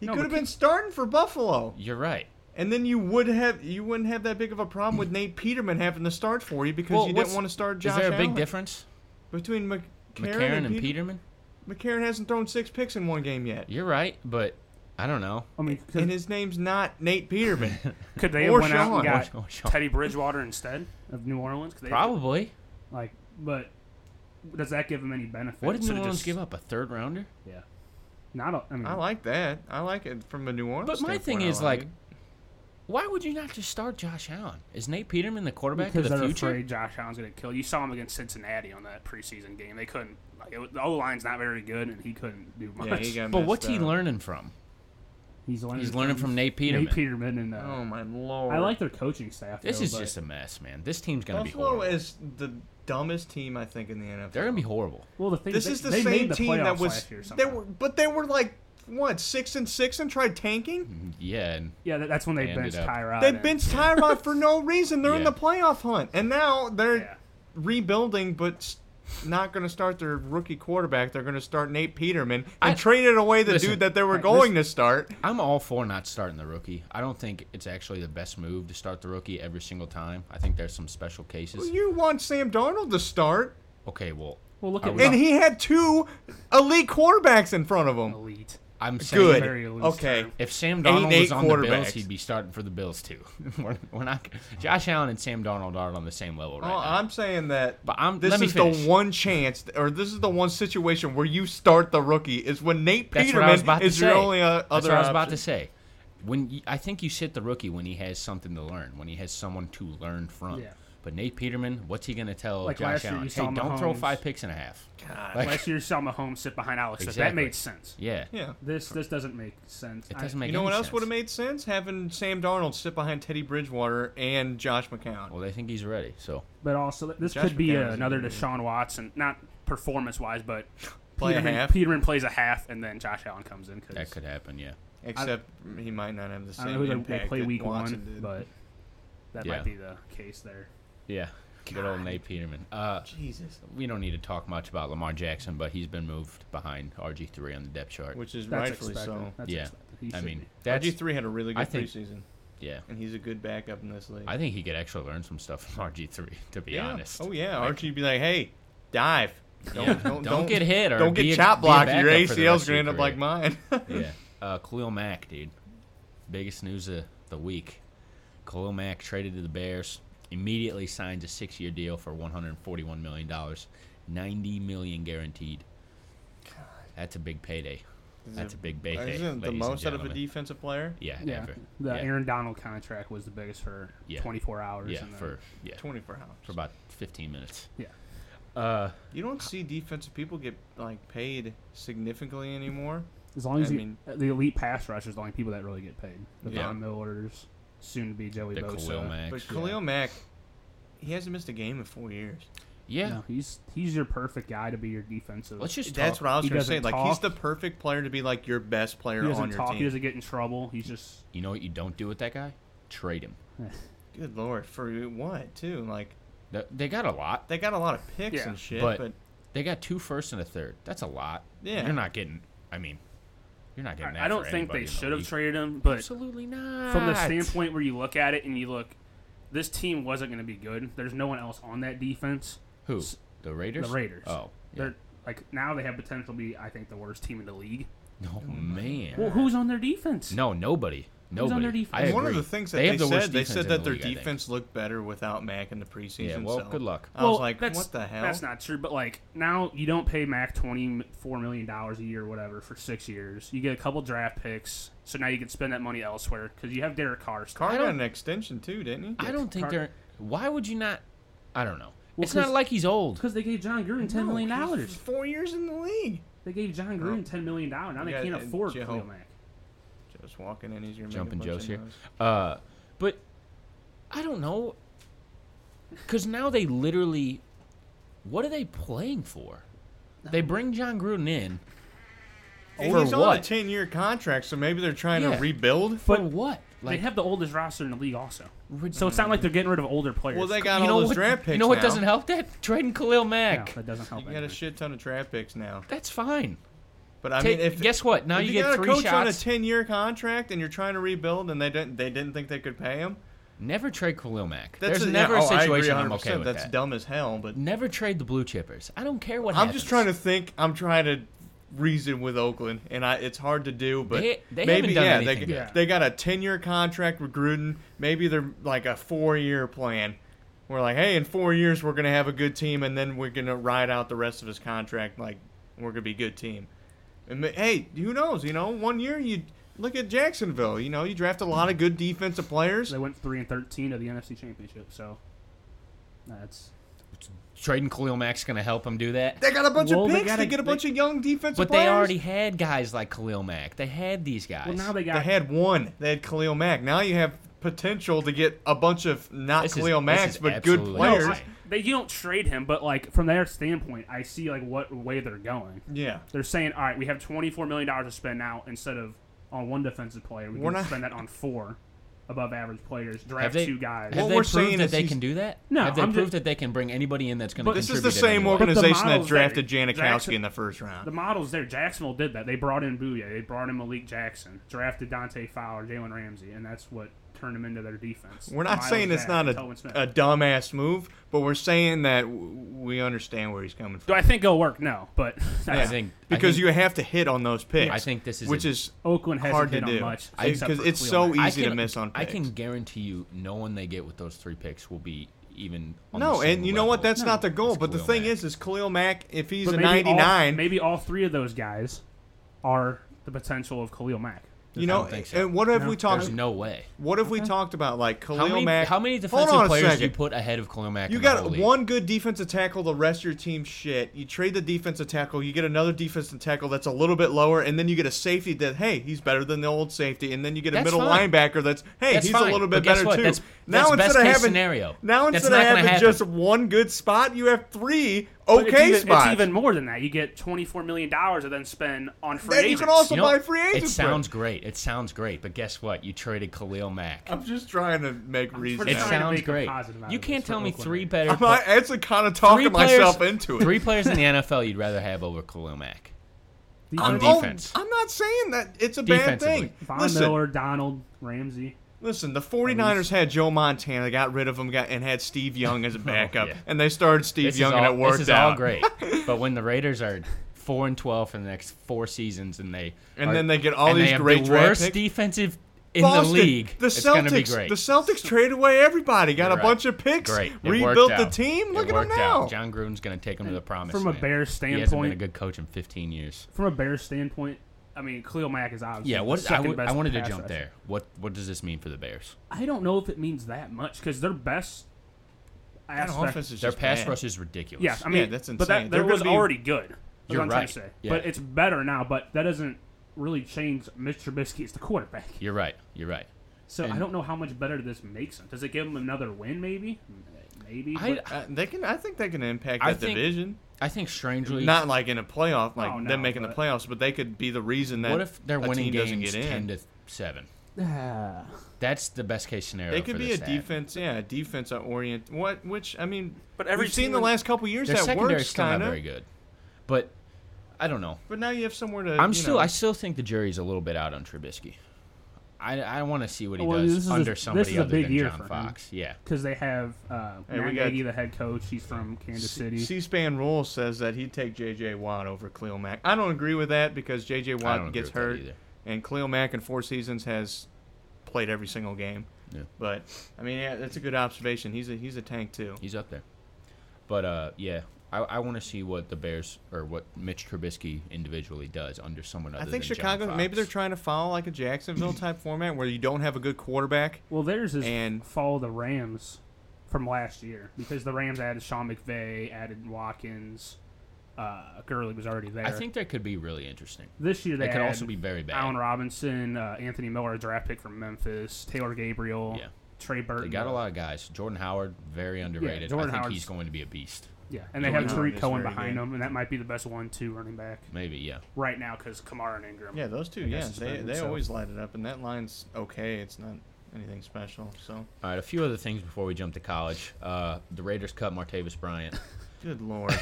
Speaker 2: He
Speaker 3: No,
Speaker 2: could have
Speaker 3: but
Speaker 2: been starting for Buffalo,
Speaker 1: You're right.
Speaker 2: and then you would have you wouldn't have that big of a problem with Nate Peterman having to start for you because you didn't
Speaker 1: what's-
Speaker 2: want to start Josh.
Speaker 1: Is there a big
Speaker 2: Allen.
Speaker 1: difference
Speaker 2: between McCarron,
Speaker 1: McCarron and,
Speaker 2: Peter-
Speaker 1: Peterman?
Speaker 2: McCarron hasn't thrown six picks in one game yet,
Speaker 1: You're right, but I don't know.
Speaker 3: I mean,
Speaker 2: and
Speaker 3: could,
Speaker 2: his name's not Nate Peterman.
Speaker 3: could they
Speaker 2: or
Speaker 3: have went out
Speaker 2: Sean.
Speaker 3: and got
Speaker 1: Or- or Sean.
Speaker 3: Teddy Bridgewater instead of New Orleans? Could they have-
Speaker 1: Probably.
Speaker 3: like, but does that give him any benefit?
Speaker 1: What did
Speaker 3: So
Speaker 1: New
Speaker 3: to
Speaker 1: Orleans
Speaker 3: just-
Speaker 1: give up? A third rounder?
Speaker 3: Yeah, not. A, I mean,
Speaker 2: I like that. I like it from a New Orleans.
Speaker 1: But my
Speaker 2: standpoint,
Speaker 1: thing
Speaker 2: I
Speaker 1: is, like,
Speaker 2: it.
Speaker 1: Why would you not just start Josh Allen? Is Nate Peterman the quarterback
Speaker 3: because
Speaker 1: of
Speaker 3: they're
Speaker 1: the future?
Speaker 3: afraid Josh Allen's going to kill. You saw him against Cincinnati on that preseason game. They couldn't. Like, it was, the O line's not very good, and he couldn't do much.
Speaker 2: Yeah, he got
Speaker 1: But
Speaker 2: messed
Speaker 1: what's he
Speaker 2: up.
Speaker 1: learning from?
Speaker 3: he's learning.
Speaker 1: He's learning from Nate Peterman.
Speaker 3: Nate Peterman and uh,
Speaker 2: Oh my lord!
Speaker 3: I like their coaching staff.
Speaker 1: This
Speaker 3: though,
Speaker 1: is
Speaker 3: but
Speaker 1: just a mess, man. This team's gonna be
Speaker 2: Buffalo
Speaker 1: horrible.
Speaker 2: is the dumbest team I think in the NFL.
Speaker 1: They're gonna be horrible.
Speaker 3: well. The thing
Speaker 2: this
Speaker 3: they,
Speaker 2: is the
Speaker 3: they
Speaker 2: same
Speaker 3: made the
Speaker 2: team that
Speaker 3: playoffs
Speaker 2: was
Speaker 3: last year
Speaker 2: they
Speaker 3: somehow.
Speaker 2: were, but they were like what six and six and tried tanking.
Speaker 1: Yeah, and
Speaker 3: yeah, that, that's when they
Speaker 1: They ended up-
Speaker 3: benched Tyrod.
Speaker 2: They
Speaker 3: and-
Speaker 2: benched Tyrod for no reason. They're in
Speaker 1: Yeah.
Speaker 2: the playoff hunt, and now they're
Speaker 3: Yeah.
Speaker 2: rebuilding, but s- not going to start their rookie quarterback. They're going to start Nate Peterman
Speaker 1: I-
Speaker 2: and traded away the
Speaker 1: Listen.
Speaker 2: dude that they were going to start.
Speaker 1: I'm all for not starting the rookie. I don't think it's actually the best move to start the rookie every single time. I think there's some special cases.
Speaker 2: You want Sam Darnold to start,
Speaker 1: Okay, well,
Speaker 3: Well, look
Speaker 1: Are
Speaker 3: at
Speaker 1: we-
Speaker 2: and he had two elite quarterbacks in front of him.
Speaker 3: elite.
Speaker 1: I'm saying
Speaker 2: Good.
Speaker 3: Very loose
Speaker 2: Okay.
Speaker 3: term.
Speaker 1: If Sam Donald
Speaker 2: eight
Speaker 1: was on the Bills,
Speaker 2: quarterbacks.
Speaker 1: he'd be starting for the Bills too. we're, we're not. Josh Allen and Sam Donald aren't on the same level right
Speaker 2: Well, uh,
Speaker 1: now.
Speaker 2: I'm saying that
Speaker 1: But I'm-
Speaker 2: this
Speaker 1: let me
Speaker 2: is
Speaker 1: finish.
Speaker 2: the one chance, or this is the one situation where you start the rookie is when Nate
Speaker 1: That's
Speaker 2: Peterman
Speaker 1: what I was about to
Speaker 2: is
Speaker 1: say.
Speaker 2: your only uh,
Speaker 1: That's
Speaker 2: other
Speaker 1: what I was about
Speaker 2: option.
Speaker 1: to say. When you, I think you sit the rookie when he has something to learn, when he has someone to learn from.
Speaker 3: Yeah.
Speaker 1: But Nate Peterman, what's he going to tell
Speaker 3: Like
Speaker 1: Josh
Speaker 3: last year,
Speaker 1: Allen?
Speaker 3: you
Speaker 1: Hey,
Speaker 3: saw
Speaker 1: don't throw
Speaker 3: Mahomes.
Speaker 1: five picks and a half.
Speaker 3: Last year, you saw Mahomes sit behind Alex. Smith. That
Speaker 1: Exactly.
Speaker 3: made sense.
Speaker 1: Yeah.
Speaker 2: Yeah.
Speaker 3: This this doesn't make sense.
Speaker 1: It
Speaker 3: I-
Speaker 1: doesn't make
Speaker 2: You know what
Speaker 1: any
Speaker 2: else
Speaker 1: sense.
Speaker 2: would have made sense? Having Sam Darnold sit behind Teddy Bridgewater and Josh McCown.
Speaker 1: Well, they think he's ready. So
Speaker 3: But also, this
Speaker 2: Josh
Speaker 3: could be
Speaker 2: McCown
Speaker 3: uh,
Speaker 2: is a
Speaker 3: another
Speaker 2: good
Speaker 3: Deshaun Watson, not performance wise, but
Speaker 2: Play a
Speaker 3: Peterman,
Speaker 2: half.
Speaker 3: Peterman plays a half, and then Josh Allen comes in. Cause
Speaker 1: that could happen. Yeah.
Speaker 2: Except he might not have the same
Speaker 3: I don't know who they, they
Speaker 2: impact
Speaker 3: play
Speaker 2: that
Speaker 3: week
Speaker 2: Watson
Speaker 3: one,
Speaker 2: did.
Speaker 3: but that
Speaker 1: Yeah.
Speaker 3: might be the case there.
Speaker 1: Yeah. Good old Nate Peterman. Uh,
Speaker 2: Jesus.
Speaker 1: we don't need to talk much about Lamar Jackson, but he's been moved behind RG three on the depth chart.
Speaker 2: Which is
Speaker 3: That's
Speaker 2: rightfully
Speaker 3: expected.
Speaker 2: so.
Speaker 3: That's
Speaker 1: yeah,
Speaker 3: expected. He
Speaker 1: I
Speaker 3: should
Speaker 1: mean
Speaker 3: be.
Speaker 1: that's
Speaker 2: RG3 had a really
Speaker 1: I
Speaker 2: good
Speaker 1: think-
Speaker 2: preseason,
Speaker 1: yeah.
Speaker 2: and he's a good backup in this league.
Speaker 1: I think he could actually learn some stuff from RG three. To be
Speaker 2: yeah.
Speaker 1: honest.
Speaker 2: Oh, yeah. RG be like, hey, dive. Don't,
Speaker 1: Yeah.
Speaker 2: don't,
Speaker 1: Don't get hit or
Speaker 2: don't
Speaker 1: be
Speaker 2: get
Speaker 1: a-
Speaker 2: chop
Speaker 1: be a
Speaker 2: blocked. Your
Speaker 1: backup for the
Speaker 2: ACL's
Speaker 1: rest of your
Speaker 2: going to end up like mine.
Speaker 1: Yeah. Uh, Khalil Mack, dude. Biggest news of the week. Khalil Mack traded to the Bears. Immediately signs a six-year deal for 141 million dollars, 90 million guaranteed. That's a big payday. That's a big payday.
Speaker 2: Isn't it the
Speaker 1: ladies and
Speaker 2: most out of a
Speaker 1: gentlemen.
Speaker 2: defensive player?
Speaker 1: Yeah,
Speaker 3: Yeah,
Speaker 1: ever.
Speaker 3: the
Speaker 1: yeah.
Speaker 3: Aaron Donald contract was the biggest for
Speaker 1: Yeah.
Speaker 3: 24 hours.
Speaker 1: yeah
Speaker 3: and then-
Speaker 1: for yeah
Speaker 2: 24 hours.
Speaker 1: for about 15 minutes.
Speaker 3: yeah,
Speaker 2: You don't see defensive people get like paid significantly anymore.
Speaker 3: as long as
Speaker 2: I
Speaker 3: you,
Speaker 2: mean-
Speaker 3: the elite pass rushers, are the only people that really get paid. The
Speaker 2: Yeah.
Speaker 3: Von Miller's, soon to be Joey
Speaker 1: The
Speaker 3: Bosa.
Speaker 1: Khalil Mack.
Speaker 2: But Khalil Mack, he hasn't missed a game in four years.
Speaker 1: Yeah.
Speaker 3: No, he's he's your perfect guy to be your defensive.
Speaker 1: Let's just
Speaker 2: That's
Speaker 1: talk.
Speaker 2: what I was
Speaker 3: He
Speaker 2: going to say.
Speaker 3: doesn't
Speaker 2: Like he's
Speaker 3: talk.
Speaker 2: the perfect player to be like your best player
Speaker 3: he
Speaker 2: on
Speaker 3: doesn't
Speaker 2: your
Speaker 3: talk. He
Speaker 2: team.
Speaker 3: doesn't get in trouble. He's just
Speaker 1: You know what you don't do with that guy? Trade him.
Speaker 2: Good lord, for what too? Like
Speaker 1: Th- They got a lot.
Speaker 2: they got a lot of picks
Speaker 3: Yeah,
Speaker 2: and shit,
Speaker 1: but,
Speaker 2: but,
Speaker 1: they got two first and a third. That's a lot.
Speaker 2: Yeah.
Speaker 1: You're not getting. I mean, you're not getting. That
Speaker 3: I
Speaker 1: for
Speaker 3: don't think
Speaker 1: anybody
Speaker 3: they
Speaker 1: in the
Speaker 3: should have
Speaker 1: league.
Speaker 3: traded him, but
Speaker 1: Absolutely not.
Speaker 3: from the standpoint where you look at it and you look, this team wasn't going to be good. There's no one else on that defense.
Speaker 1: who the Raiders?
Speaker 3: The Raiders.
Speaker 1: Oh, yeah.
Speaker 3: They're like now they have potential to be, I think, the worst team in the league.
Speaker 1: no man.
Speaker 3: Oh Well, who's on their defense?
Speaker 1: no, nobody. Nobody.
Speaker 3: on their
Speaker 1: I
Speaker 3: defense?
Speaker 2: one of
Speaker 1: agree.
Speaker 2: the things that
Speaker 1: They
Speaker 2: they,
Speaker 1: have the worst
Speaker 2: said, they
Speaker 1: defense
Speaker 2: said
Speaker 1: in
Speaker 2: that
Speaker 1: the
Speaker 2: their
Speaker 1: league, I think.
Speaker 2: defense looked better without Mack in the preseason.
Speaker 1: Yeah, well,
Speaker 2: so
Speaker 1: good luck.
Speaker 2: I was like,
Speaker 3: that's-
Speaker 2: what the hell?
Speaker 3: That's not true. But like now, you don't pay Mac twenty four million dollars a year, or whatever, for six years. You get a couple draft picks, so now you can spend that money elsewhere because you have Derek Carr. still.
Speaker 2: Carr
Speaker 1: I
Speaker 2: got
Speaker 1: don't-
Speaker 2: an extension too, didn't he?
Speaker 1: I don't think
Speaker 3: Car-
Speaker 1: they're. Why would you not? I don't know. it's
Speaker 3: 'cause-
Speaker 1: not like he's old.
Speaker 3: Because they gave John Gruden ten million dollars.
Speaker 2: Four years in the league.
Speaker 3: They gave John Gruden ten million dollars. Now they
Speaker 2: Yeah,
Speaker 3: can't
Speaker 2: and
Speaker 3: afford
Speaker 2: Joe-
Speaker 3: Khalil Mack.
Speaker 2: Just walking in, he's your
Speaker 1: Jumping Joe's here. Uh, but I don't know. Because now they literally. What are they playing for? They bring John Gruden in. For
Speaker 2: he's on a
Speaker 1: what?
Speaker 2: ten-year contract, so maybe they're trying
Speaker 1: Yeah.
Speaker 2: to rebuild.
Speaker 1: For
Speaker 3: But
Speaker 1: what?
Speaker 3: they have the oldest roster in the league, also. So it's not like they're getting rid of older players.
Speaker 2: Well, they got
Speaker 1: you know
Speaker 2: all those
Speaker 1: what,
Speaker 2: draft picks.
Speaker 1: You know what
Speaker 2: now.
Speaker 1: doesn't help that? Trading Khalil
Speaker 3: No,
Speaker 1: Mack.
Speaker 3: that doesn't help.
Speaker 2: You got a
Speaker 3: anyone.
Speaker 2: shit ton of draft picks now.
Speaker 1: That's fine.
Speaker 2: But I
Speaker 1: Take-
Speaker 2: mean, if
Speaker 1: guess what? Now
Speaker 2: if
Speaker 1: you
Speaker 2: you
Speaker 1: get
Speaker 2: got
Speaker 1: three
Speaker 2: a coach on a
Speaker 1: shots.
Speaker 2: ten-year contract and you're trying to rebuild, and they didn't they didn't think they could pay him.
Speaker 1: Never trade Khalil Mack.
Speaker 2: That's
Speaker 1: There's
Speaker 2: a,
Speaker 1: never
Speaker 2: yeah,
Speaker 1: a
Speaker 2: oh, I agree
Speaker 1: situation I'm
Speaker 2: 100%.
Speaker 1: okay with
Speaker 2: That's
Speaker 1: that.
Speaker 2: dumb as hell. But
Speaker 1: Never trade the blue chippers. I don't care what
Speaker 2: I'm
Speaker 1: happens.
Speaker 2: just trying to think. I'm trying to reason with Oakland, and I, it's hard to do. But
Speaker 1: They- they
Speaker 2: maybe
Speaker 1: haven't done
Speaker 2: yeah,
Speaker 1: anything
Speaker 2: they,
Speaker 1: yet.
Speaker 2: they got a ten-year contract with Gruden. Maybe they're like a four-year plan. We're like, hey, in four years we're gonna have a good team, and then we're gonna ride out the rest of his contract. Like we're gonna be a good team. And ma- hey, who knows? You know, one year you look at Jacksonville. You know, you draft a lot of good defensive players.
Speaker 3: They went three and thirteen to the NFC Championship. So that's
Speaker 1: Trading Khalil Mack's going to help him do that.
Speaker 2: They got a bunch
Speaker 3: Well,
Speaker 2: of
Speaker 3: they
Speaker 2: picks. They,
Speaker 3: gotta-
Speaker 2: get a
Speaker 3: they-
Speaker 2: bunch of young defensive
Speaker 1: But
Speaker 2: players.
Speaker 1: they already had guys like Khalil Mack. They had these guys.
Speaker 3: well. Now they got
Speaker 2: They had one. They had Khalil Mack. Now you have potential to get a bunch of not
Speaker 1: This is-
Speaker 2: Khalil
Speaker 1: this
Speaker 2: Macks,
Speaker 1: is
Speaker 2: but good
Speaker 1: absolutely
Speaker 2: players.
Speaker 1: insane.
Speaker 3: they you don't trade him, but like from their standpoint, I see like what way they're going.
Speaker 2: Yeah.
Speaker 3: They're saying, all right, we have twenty four million dollars to spend now instead of on one defensive player, we
Speaker 2: We're
Speaker 3: can
Speaker 2: not-
Speaker 3: spend that on four above average players.
Speaker 1: have
Speaker 3: Draft
Speaker 1: they,
Speaker 3: two guys.
Speaker 1: Have
Speaker 2: What
Speaker 1: they
Speaker 2: we're saying
Speaker 1: proved that
Speaker 2: is
Speaker 1: they
Speaker 2: he's-
Speaker 1: can do that?
Speaker 3: No,
Speaker 1: Have they
Speaker 3: I'm
Speaker 1: proved that
Speaker 3: just-
Speaker 1: they can bring anybody in that's going to E?
Speaker 3: But-
Speaker 2: This
Speaker 1: contribute
Speaker 2: is the
Speaker 1: in
Speaker 2: same
Speaker 1: any way?
Speaker 3: the
Speaker 2: organization that
Speaker 3: models that
Speaker 2: drafted
Speaker 3: they-
Speaker 2: Janikowski
Speaker 3: Jackson-
Speaker 2: in the first round.
Speaker 3: the models there. Jacksonville did that. They brought in Bouye. They brought in Malik Jackson. Drafted Dante Fowler, Jalen Ramsey, and that's what turned them into their defense.
Speaker 2: we're not
Speaker 3: Miles
Speaker 2: saying it's
Speaker 3: Jack,
Speaker 2: not a,
Speaker 3: Tillman Smith.
Speaker 2: a dumbass move, but we're saying that w- we understand where he's coming
Speaker 3: Do
Speaker 2: from.
Speaker 3: I think it'll work? No, but
Speaker 1: I think I
Speaker 2: because
Speaker 1: think-
Speaker 2: you have to hit on those picks.
Speaker 1: I think this is
Speaker 2: which
Speaker 1: a-
Speaker 2: is
Speaker 3: Oakland hasn't
Speaker 2: hard
Speaker 3: hit
Speaker 2: to
Speaker 3: on
Speaker 2: do
Speaker 3: much, except
Speaker 2: because
Speaker 3: for
Speaker 2: it's
Speaker 3: Khalil
Speaker 2: so
Speaker 3: Mack.
Speaker 1: I
Speaker 2: easy
Speaker 1: can-
Speaker 2: to miss on. Picks.
Speaker 1: I can guarantee you, no one they get with those three picks will be even. On
Speaker 2: No,
Speaker 1: the same
Speaker 2: and you know
Speaker 1: level
Speaker 2: what? That's not the goal.
Speaker 1: as
Speaker 2: But the
Speaker 1: Khalil
Speaker 2: thing
Speaker 1: Mack.
Speaker 2: is, is Khalil Mack, if he's a
Speaker 3: But maybe all-
Speaker 2: 99,
Speaker 3: maybe all three of those guys are the potential of Khalil Mack.
Speaker 2: you know,
Speaker 1: don't think so.
Speaker 2: and what have we
Speaker 1: there's
Speaker 2: talked?
Speaker 1: no way.
Speaker 2: What have we talked about? Like Khalil
Speaker 1: How many,
Speaker 2: Mack.
Speaker 1: how many
Speaker 2: Hold on
Speaker 1: defensive
Speaker 2: a
Speaker 1: players do
Speaker 2: second.
Speaker 1: you put ahead of Khalil Mack?
Speaker 2: You
Speaker 1: in the whole
Speaker 2: got
Speaker 1: league?
Speaker 2: one good defensive tackle, the rest of your team shit. You trade the defensive tackle, you get another defensive tackle that's a little bit lower, and then you get a safety that hey, he's better than the old safety, and then you get a
Speaker 1: That's
Speaker 2: middle
Speaker 1: fine.
Speaker 2: linebacker that's hey,
Speaker 1: That's
Speaker 2: he's
Speaker 1: fine,
Speaker 2: a little
Speaker 1: but
Speaker 2: bit
Speaker 1: guess
Speaker 2: better
Speaker 1: what?
Speaker 2: too.
Speaker 1: That's-
Speaker 2: now
Speaker 1: that's
Speaker 2: instead
Speaker 1: best
Speaker 2: of
Speaker 1: case
Speaker 2: having
Speaker 1: scenario.
Speaker 2: now
Speaker 1: That's
Speaker 2: instead
Speaker 1: not
Speaker 2: of
Speaker 1: gonna
Speaker 2: having
Speaker 1: happen.
Speaker 2: just one good spot, you have three
Speaker 3: But it's
Speaker 2: okay
Speaker 3: even-
Speaker 2: spots.
Speaker 3: It's even more than that. You get twenty four million dollars to then spend on free
Speaker 2: Then you
Speaker 3: agents.
Speaker 2: can also
Speaker 1: You know,
Speaker 2: buy free agents.
Speaker 1: it
Speaker 2: with.
Speaker 1: sounds great. It sounds great, but guess what? You traded Khalil Mack.
Speaker 2: I'm just trying to make reason.
Speaker 3: pretty
Speaker 1: It
Speaker 3: trying
Speaker 2: out.
Speaker 3: to
Speaker 1: sounds
Speaker 3: make a
Speaker 1: great.
Speaker 3: positive out
Speaker 1: You
Speaker 3: of
Speaker 1: can't
Speaker 3: this
Speaker 1: tell
Speaker 3: for
Speaker 1: me
Speaker 3: Oakland.
Speaker 1: three better.
Speaker 2: I'm not- actually kind of talking myself into it.
Speaker 1: Three players in the NFL you'd rather have over Khalil Mack on
Speaker 2: I'm- oh,
Speaker 1: defense.
Speaker 2: I'm not saying that it's a bad
Speaker 1: Defensively.
Speaker 2: thing.
Speaker 3: Von
Speaker 2: listen,
Speaker 3: Miller, Donald Ramsey.
Speaker 2: listen, the 49ers had Joe Montana, got rid of him, got and had Steve Young as a backup,
Speaker 1: Oh, yeah.
Speaker 2: and they started Steve
Speaker 1: This is
Speaker 2: Young,
Speaker 1: all,
Speaker 2: and it worked
Speaker 1: this is
Speaker 2: out.
Speaker 1: all great. but when the Raiders are four and twelve for the next four seasons, and they
Speaker 2: And
Speaker 1: are-
Speaker 2: then they get all
Speaker 1: and
Speaker 2: these
Speaker 1: they have
Speaker 2: great
Speaker 1: the
Speaker 2: draft
Speaker 1: worst
Speaker 2: picks.
Speaker 1: defensive in
Speaker 2: Boston,
Speaker 1: the league.
Speaker 2: The
Speaker 1: it's
Speaker 2: Celtics,
Speaker 1: gonna be great.
Speaker 2: The Celtics traded away everybody, got
Speaker 1: You're
Speaker 2: a
Speaker 1: right.
Speaker 2: bunch of picks,
Speaker 1: Great. It
Speaker 2: rebuilt
Speaker 1: worked
Speaker 2: the
Speaker 1: out.
Speaker 2: team.
Speaker 1: It
Speaker 2: Look at them
Speaker 1: worked
Speaker 2: now.
Speaker 1: Out. John Gruden's going to take them to the promise.
Speaker 3: From a Bears
Speaker 1: he hasn't been a
Speaker 3: standpoint-
Speaker 1: good coach in 15 years.
Speaker 3: From a Bears standpoint, I mean, Khalil Mack is obviously
Speaker 1: Yeah,
Speaker 3: the
Speaker 1: what I,
Speaker 3: second
Speaker 1: would-
Speaker 3: best
Speaker 1: I wanted to
Speaker 3: pass
Speaker 1: jump
Speaker 3: rusher.
Speaker 1: there. What what does this mean for the Bears?
Speaker 3: I don't know if it means that much because their best
Speaker 2: That
Speaker 3: aspect.
Speaker 2: offense is
Speaker 1: Their
Speaker 2: just
Speaker 1: pass
Speaker 2: bad.
Speaker 1: rush is ridiculous.
Speaker 3: yeah, I mean,
Speaker 2: Yeah, that's
Speaker 3: but
Speaker 2: insane.
Speaker 3: that,
Speaker 2: They're
Speaker 3: that was
Speaker 2: gonna be-
Speaker 3: already good. That's
Speaker 1: You're
Speaker 3: what I'm trying
Speaker 1: right.
Speaker 3: to say.
Speaker 1: Yeah.
Speaker 3: But it's better now. But that doesn't really change Mitch Trubisky as the quarterback.
Speaker 1: You're right. You're right.
Speaker 3: So I
Speaker 1: And-
Speaker 3: don't know how much better this makes them. Does it give them another win? Maybe, maybe.
Speaker 1: I,
Speaker 3: but-
Speaker 2: Uh, they can. I think they can impact
Speaker 1: I
Speaker 2: that
Speaker 1: think-
Speaker 2: division.
Speaker 1: I think strangely,
Speaker 2: Not like in a playoff, like
Speaker 3: Oh, no,
Speaker 2: them making the
Speaker 3: but-
Speaker 2: playoffs, but they could be the reason that
Speaker 1: what if they're
Speaker 2: a
Speaker 1: winning
Speaker 2: team doesn't
Speaker 1: games
Speaker 2: get in.
Speaker 1: 10 to 7? That's the best case scenario.
Speaker 2: They could
Speaker 1: for
Speaker 2: be a
Speaker 1: this to happen.
Speaker 2: defense, yeah, defense orient. What? Which I mean,
Speaker 4: But every
Speaker 2: we've seen
Speaker 4: team
Speaker 2: the
Speaker 4: in-
Speaker 2: last couple years
Speaker 1: Their
Speaker 2: that
Speaker 1: secondary
Speaker 2: works
Speaker 1: still
Speaker 2: kind
Speaker 1: not very
Speaker 2: of.
Speaker 1: good, but I don't know.
Speaker 2: But now you have somewhere to.
Speaker 1: I'm
Speaker 2: you
Speaker 1: still
Speaker 2: know-
Speaker 1: I still think the jury's a little bit out on Trubisky. I, I want to see what he
Speaker 3: Well, this
Speaker 1: does
Speaker 3: is a-
Speaker 1: under
Speaker 3: this
Speaker 1: somebody
Speaker 3: is a
Speaker 1: other
Speaker 3: big
Speaker 1: than
Speaker 3: year
Speaker 1: John
Speaker 3: for him.
Speaker 1: Fox. Yeah,
Speaker 3: because they have uh,
Speaker 2: Hey, we
Speaker 3: Matt
Speaker 2: got-
Speaker 3: Nagy, the head coach. He's from Kansas City.
Speaker 2: C-SPAN rule says that he'd take J.J. Watt over Cleo Mack. I don't agree with that because J.J.
Speaker 1: don't
Speaker 2: Watt
Speaker 1: agree
Speaker 2: gets
Speaker 1: with that
Speaker 2: hurt,
Speaker 1: either.
Speaker 2: and Cleo Mack in four seasons has played every single game.
Speaker 1: Yeah.
Speaker 2: But I mean, yeah, that's a good observation. He's a he's a tank too.
Speaker 1: he's up there. But uh, yeah, I, I want to see what the Bears or what Mitch Trubisky individually does under someone other
Speaker 2: I
Speaker 1: than
Speaker 2: think
Speaker 1: John
Speaker 2: Chicago maybe
Speaker 1: Fox.
Speaker 2: they're trying to follow like a Jacksonville type format where you don't have a good quarterback.
Speaker 3: well, theirs is
Speaker 2: And-
Speaker 3: follow the Rams from last year because the Rams added Sean McVay, added Watkins. Uh, Gurley was already there.
Speaker 1: I think that could be really interesting.
Speaker 3: this year they
Speaker 1: It could
Speaker 3: add
Speaker 1: also be very bad.
Speaker 3: Allen Robinson, uh, Anthony Miller, a draft pick from Memphis, Taylor Gabriel,
Speaker 1: Yeah.
Speaker 3: Trey Burton.
Speaker 1: They got a lot of guys. Jordan Howard, very underrated.
Speaker 3: Jordan
Speaker 1: I think
Speaker 3: Howard's-
Speaker 1: he's going to be a beast.
Speaker 3: Yeah, and they
Speaker 2: Jordan
Speaker 3: have
Speaker 2: Howard
Speaker 3: Tariq
Speaker 2: is
Speaker 3: Cohen
Speaker 2: very
Speaker 3: behind
Speaker 2: good.
Speaker 3: them, and that might be the best one-two running back
Speaker 1: Maybe, yeah.
Speaker 3: right now because Kamara and Ingram.
Speaker 2: Yeah, those two.
Speaker 3: guess
Speaker 2: Yeah,
Speaker 3: it's
Speaker 2: they
Speaker 3: better,
Speaker 2: they
Speaker 3: so.
Speaker 2: always light it up, and that line's okay. It's not anything special. So,
Speaker 1: All right, a few other things before we jump to college. Uh, the Raiders cut Martavis Bryant.
Speaker 2: good lord.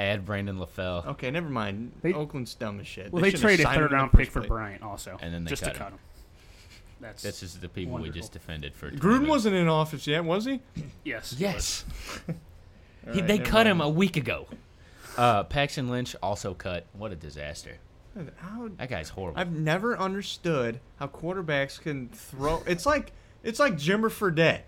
Speaker 1: Add Brandon LaFell.
Speaker 2: okay, never mind.
Speaker 3: They-
Speaker 2: Oakland's dumb as shit.
Speaker 3: Well, they,
Speaker 2: shouldn't have
Speaker 3: traded a
Speaker 2: signed him in
Speaker 3: third
Speaker 2: the
Speaker 3: round
Speaker 2: first
Speaker 3: pick for
Speaker 2: place.
Speaker 3: Bryant also,
Speaker 1: And then they
Speaker 3: just
Speaker 1: cut
Speaker 3: to
Speaker 1: him.
Speaker 3: cut him. That's,
Speaker 1: This is the people we just defended for. 20
Speaker 2: Gruden
Speaker 1: minutes.
Speaker 2: wasn't in office yet, was he?
Speaker 3: yes, he was.
Speaker 1: Yes. He-
Speaker 2: right,
Speaker 1: they
Speaker 2: never
Speaker 1: cut him a
Speaker 2: mind.
Speaker 1: week ago. Uh, Paxton Lynch also cut. What a disaster.
Speaker 2: How-
Speaker 1: That guy's horrible.
Speaker 2: I've never understood how quarterbacks can throw. It's like it's like Jimmer Fredette.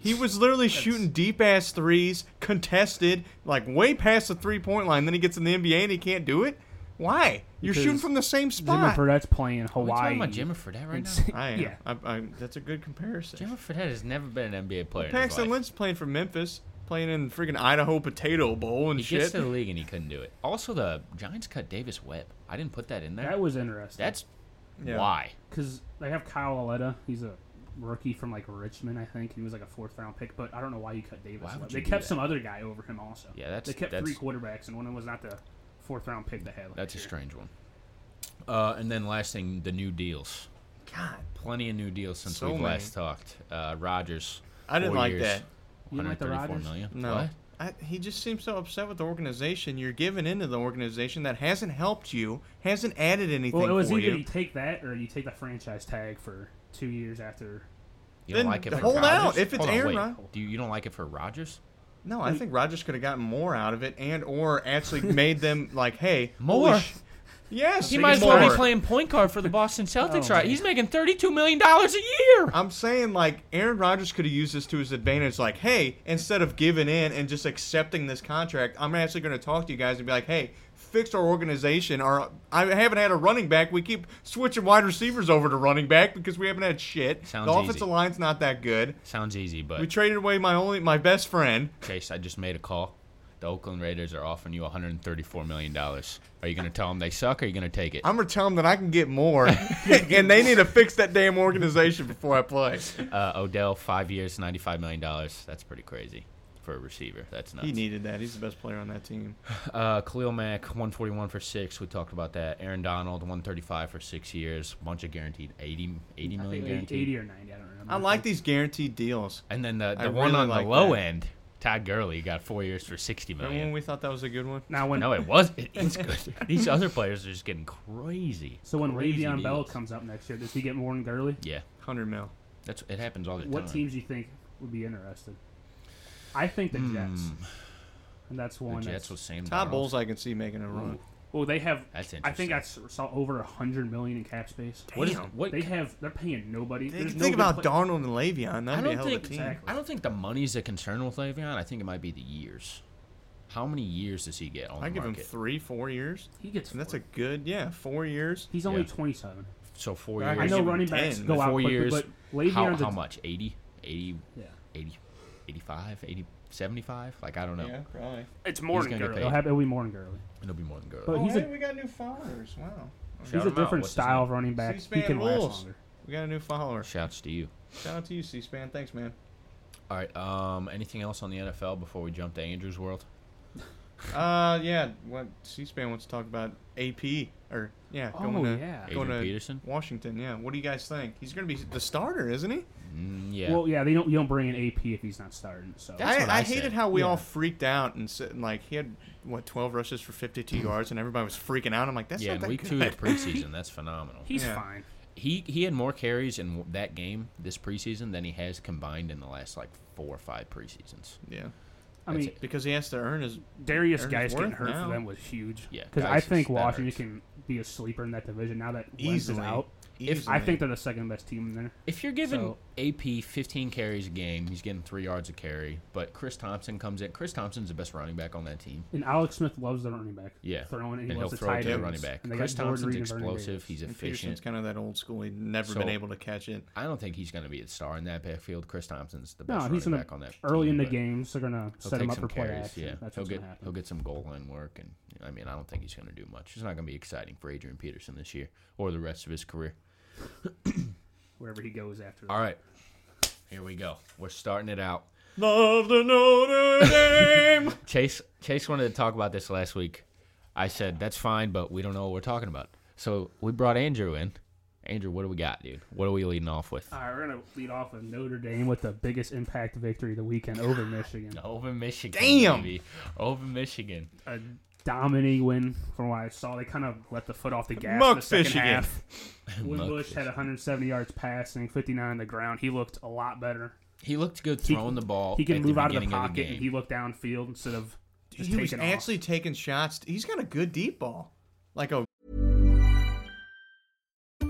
Speaker 2: He was literally shooting deep ass threes, contested, like way past the three point line. Then he gets in the NBA and he can't do it. Why? You're shooting
Speaker 3: Because
Speaker 2: from the same
Speaker 3: Jimmy
Speaker 2: spot.
Speaker 3: Fredette's playing
Speaker 1: Are we talking
Speaker 3: Hawaii.
Speaker 1: about Jimmer Fredette right now?
Speaker 3: It's-
Speaker 2: I am.
Speaker 3: Yeah.
Speaker 2: I, I, that's a good comparison.
Speaker 1: Jimmer Fredette has never been an NBA player. in his
Speaker 2: Paxton
Speaker 1: life.
Speaker 2: Lynch playing for Memphis, playing in freaking Idaho Potato Bowl and
Speaker 1: He
Speaker 2: shit.
Speaker 1: gets to the league and he couldn't do it. Also, the Giants cut Davis Webb. I didn't put that in there.
Speaker 3: That was interesting.
Speaker 1: That's
Speaker 2: Yeah.
Speaker 1: why.
Speaker 3: because they have Kyle Aletta. He's a rookie from like Richmond, I think. He was like a fourth round pick, but I don't know why you cut Davis.
Speaker 1: Why would
Speaker 3: Webb.
Speaker 1: you
Speaker 3: They
Speaker 1: do
Speaker 3: kept
Speaker 1: that?
Speaker 3: some other guy over him also.
Speaker 1: Yeah, that's-
Speaker 3: they kept
Speaker 1: that's-
Speaker 3: three quarterbacks, and one of them was not the fourth round pick they had. last
Speaker 1: That's a
Speaker 3: year.
Speaker 1: strange one. Uh, and then last thing, the new deals.
Speaker 2: God,
Speaker 1: Plenty of new deals since
Speaker 2: So
Speaker 1: we've
Speaker 2: many.
Speaker 1: last talked. Uh, Rogers.
Speaker 2: I didn't
Speaker 1: four
Speaker 2: like
Speaker 1: years,
Speaker 2: that.
Speaker 3: You didn't like the
Speaker 1: 134
Speaker 3: Rodgers?
Speaker 1: million.
Speaker 2: No.
Speaker 1: What?
Speaker 2: I, he just seems so upset with the organization. You're giving into the organization that hasn't helped you, hasn't added anything
Speaker 3: Well, it was
Speaker 2: for
Speaker 3: either you.
Speaker 2: you.
Speaker 3: take that or you take the franchise tag for two years after.
Speaker 1: You don't
Speaker 2: Then
Speaker 1: like it for
Speaker 2: hold
Speaker 1: Rodgers?
Speaker 2: out. If it's
Speaker 1: Hold on,
Speaker 2: Aaron
Speaker 1: wait.
Speaker 2: Rodgers-
Speaker 1: Do you, you don't like it for Rogers?
Speaker 2: No, I think Rogers could have gotten more out of it, and or actually made them like, hey,
Speaker 1: More?
Speaker 2: holy sh- yes,
Speaker 1: He
Speaker 2: they
Speaker 1: might as
Speaker 2: get
Speaker 1: well be
Speaker 2: more.
Speaker 1: playing point guard for the Boston Celtics,
Speaker 3: Oh,
Speaker 1: right?
Speaker 3: man.
Speaker 1: He's making thirty-two million dollars a year.
Speaker 2: I'm saying like Aaron Rodgers could have used this to his advantage. Like, hey, instead of giving in and just accepting this contract, I'm actually going to talk to you guys and be like, hey, fix our organization. Our I haven't had a running back. We keep switching wide receivers over to running back because we haven't had shit.
Speaker 1: Sounds
Speaker 2: the
Speaker 1: easy.
Speaker 2: offensive line's not that good.
Speaker 1: Sounds easy, but
Speaker 2: We traded away my only my best friend.
Speaker 1: Chase, I just made a call. The Oakland Raiders are offering you one hundred and thirty-four million dollars. Are you going to tell them they suck? Or are you going to take it?
Speaker 2: I'm gonna tell them that I can get more, and they need to fix that damn organization before I play.
Speaker 1: Uh, Odell, five years, ninety-five million dollars. That's pretty crazy. for a receiver. That's nuts.
Speaker 2: He needed that. He's the best player on that team.
Speaker 1: Uh, Khalil Mack, 141 for six. We talked about that. Aaron Donald, 135 for six years. Bunch of guaranteed 80, 80
Speaker 3: I
Speaker 1: million
Speaker 3: think
Speaker 1: guaranteed.
Speaker 3: 80 or 90. I don't remember.
Speaker 2: I like these guaranteed deals.
Speaker 1: And then the,
Speaker 2: I
Speaker 1: the one
Speaker 2: really
Speaker 1: on
Speaker 2: like
Speaker 1: the low
Speaker 2: that.
Speaker 1: end, Todd Gurley got four years for 60
Speaker 2: Remember when
Speaker 1: million.
Speaker 2: we thought that was a good one?
Speaker 3: now when
Speaker 1: No, it was. It is good. These other players are just getting crazy.
Speaker 3: so when
Speaker 1: crazy
Speaker 3: Le'Veon Bell
Speaker 1: deals.
Speaker 3: comes up next year, does he get more than Gurley?
Speaker 1: yeah,
Speaker 2: 100 mil.
Speaker 1: that's it happens all the
Speaker 3: What
Speaker 1: time.
Speaker 3: teams do you think would be interested? I think the Jets, and that's
Speaker 1: Hmm. The
Speaker 3: one.
Speaker 1: Jets
Speaker 3: that's-
Speaker 1: with Sam
Speaker 2: Todd
Speaker 1: Donald.
Speaker 2: Bowles, I can see making a run.
Speaker 3: Well, they have.
Speaker 1: That's
Speaker 3: I think I s-
Speaker 1: interesting.
Speaker 3: saw over a hundred million in cap space.
Speaker 1: What is- what-
Speaker 3: they have? They're paying nobody.
Speaker 2: They-
Speaker 3: There's no
Speaker 2: think
Speaker 3: good
Speaker 2: about
Speaker 3: pla-
Speaker 2: Darnold and Le'Veon. That'd
Speaker 1: I
Speaker 2: be
Speaker 1: don't
Speaker 2: a hell of a
Speaker 1: think
Speaker 2: team.
Speaker 3: Exactly.
Speaker 1: I don't think the money's a concern with Le'Veon. I think it might be the years. How many years does he get on
Speaker 2: I
Speaker 1: the
Speaker 2: give him
Speaker 1: market?
Speaker 2: three, four years.
Speaker 3: He gets.
Speaker 2: And that's a
Speaker 3: four.
Speaker 2: good, yeah, four years.
Speaker 3: He's only
Speaker 1: Yeah.
Speaker 3: 27.
Speaker 1: so four
Speaker 2: I
Speaker 1: years.
Speaker 3: I know
Speaker 2: give him
Speaker 3: running backs
Speaker 2: 10,
Speaker 3: go
Speaker 1: four
Speaker 3: out quickly,
Speaker 1: years.
Speaker 3: but
Speaker 1: how,
Speaker 3: Le'Veon's
Speaker 1: how
Speaker 3: a-
Speaker 1: much? 80, 80,
Speaker 3: Yeah.
Speaker 1: 80, 85, 80, 75? Like I don't know.
Speaker 2: probably.
Speaker 3: It's more
Speaker 1: He's
Speaker 3: than
Speaker 1: gonna get
Speaker 3: Gurley.
Speaker 1: paid.
Speaker 3: It'll, have, it'll be more than Gurley.
Speaker 1: It'll be more than Gurley.
Speaker 3: But
Speaker 2: Oh,
Speaker 3: he's
Speaker 2: hey,
Speaker 3: a
Speaker 2: we got new followers. Wow.
Speaker 1: Shout
Speaker 3: he's a
Speaker 1: him out.
Speaker 3: different
Speaker 1: What's his
Speaker 3: style
Speaker 1: name?
Speaker 3: of running back. He
Speaker 2: C-SPAN
Speaker 3: can last
Speaker 2: rules.
Speaker 3: longer.
Speaker 2: We got a new follower.
Speaker 1: Shouts to you.
Speaker 2: Shout out to you, C-SPAN. Thanks, man.
Speaker 1: All right. Um. Anything else on the NFL before we jump to Andrew's world?
Speaker 2: Uh, yeah. What C-SPAN wants to talk about? AP or yeah, going
Speaker 3: Oh,
Speaker 2: to
Speaker 3: yeah.
Speaker 2: going
Speaker 1: Adrian
Speaker 2: to
Speaker 1: Peterson?
Speaker 2: Washington. Yeah. What do you guys think? He's going to be the starter, isn't he?
Speaker 1: Mm, yeah.
Speaker 3: Well, yeah, they don't. You don't bring in AP if he's not starting. So
Speaker 1: That's what
Speaker 2: I,
Speaker 1: I
Speaker 2: hated
Speaker 1: said.
Speaker 2: how we
Speaker 3: Yeah.
Speaker 2: all freaked out and said, like he had what 12 rushes for 52 yards and everybody was freaking out. I'm like, that's
Speaker 1: yeah.
Speaker 2: not
Speaker 1: In
Speaker 2: that
Speaker 1: week
Speaker 2: good.
Speaker 1: two of the preseason, that's phenomenal.
Speaker 3: he's
Speaker 2: Yeah.
Speaker 3: fine.
Speaker 1: He he had more carries in w- that game this preseason than he has combined in the last like four or five preseasons.
Speaker 2: yeah,
Speaker 3: I
Speaker 1: That's
Speaker 3: mean,
Speaker 1: it.
Speaker 2: because he has to earn his.
Speaker 3: Darius
Speaker 2: Aaron's
Speaker 3: Guys getting
Speaker 2: worth
Speaker 3: hurt
Speaker 2: now.
Speaker 3: for them was huge.
Speaker 1: Yeah,
Speaker 3: because I
Speaker 1: Geis is-
Speaker 3: think
Speaker 1: that
Speaker 3: Washington
Speaker 1: hurts.
Speaker 3: can be a sleeper in that division now that Wentz is
Speaker 2: Easily.
Speaker 3: out.
Speaker 1: If-
Speaker 3: I think they're the second best team in there.
Speaker 1: If you're giving
Speaker 3: So-
Speaker 1: AP 15 carries a game, he's getting three yards a carry. But Chris Thompson comes in. Chris Thompson's the best running back on that team.
Speaker 3: And Alex Smith loves the running back.
Speaker 1: Yeah,
Speaker 3: throwing and he
Speaker 1: and he'll
Speaker 3: loves the
Speaker 1: throw it
Speaker 3: tight
Speaker 1: to the
Speaker 3: end
Speaker 1: running back.
Speaker 3: And they
Speaker 1: Chris
Speaker 3: got Jordan
Speaker 1: Thompson's
Speaker 3: Reed and Vernon
Speaker 1: explosive.
Speaker 3: Davis.
Speaker 1: He's
Speaker 2: and Peterson's
Speaker 1: efficient.
Speaker 2: kind of that old school. He'd never
Speaker 1: So-
Speaker 2: been able to catch it.
Speaker 1: I don't think he's going to be a star in that backfield. Chris Thompson's the best
Speaker 3: no, he's
Speaker 1: running
Speaker 3: in
Speaker 1: back on
Speaker 3: the
Speaker 1: that.
Speaker 3: early
Speaker 1: team,
Speaker 3: in the
Speaker 1: but
Speaker 3: game, so they're gonna
Speaker 1: He'll
Speaker 3: set
Speaker 1: take
Speaker 3: him up
Speaker 1: some
Speaker 3: for play
Speaker 1: carries.
Speaker 3: action.
Speaker 1: Yeah,
Speaker 3: That's
Speaker 1: he'll
Speaker 3: what's
Speaker 1: get
Speaker 3: gonna happen.
Speaker 1: he'll get some goal line work, and I mean I don't think he's going to do much. It's not going to be exciting for Adrian Peterson this year or the rest of his career.
Speaker 3: wherever he goes after. that.
Speaker 1: All right, here we go. We're starting it out.
Speaker 2: Love the Notre Dame.
Speaker 1: Chase Chase wanted to talk about this last week. I said that's fine, but we don't know what we're talking about. So we brought Andrew in. Andrew, what do we got, dude? What are we leading off with?
Speaker 3: All right, we're gonna lead off with Notre Dame with the biggest impact victory of the weekend over Michigan.
Speaker 1: Over Michigan,
Speaker 2: Damn!
Speaker 1: baby. Over Michigan.
Speaker 3: A dominating win from what I saw. They kind of let the foot off the gas in
Speaker 2: Muck
Speaker 3: the second
Speaker 2: Michigan.
Speaker 3: half.
Speaker 1: Muck
Speaker 3: Wimbush
Speaker 1: Michigan.
Speaker 3: had 170 yards passing, 59 on the ground. He looked a lot better.
Speaker 1: He looked good throwing
Speaker 3: he,
Speaker 1: the ball.
Speaker 3: He can
Speaker 1: at
Speaker 3: move
Speaker 1: the
Speaker 3: out of the
Speaker 1: beginning
Speaker 3: pocket
Speaker 1: game.
Speaker 3: and he looked downfield instead of just
Speaker 2: he was
Speaker 3: taking off.
Speaker 2: actually taking shots. He's got a good deep ball, like a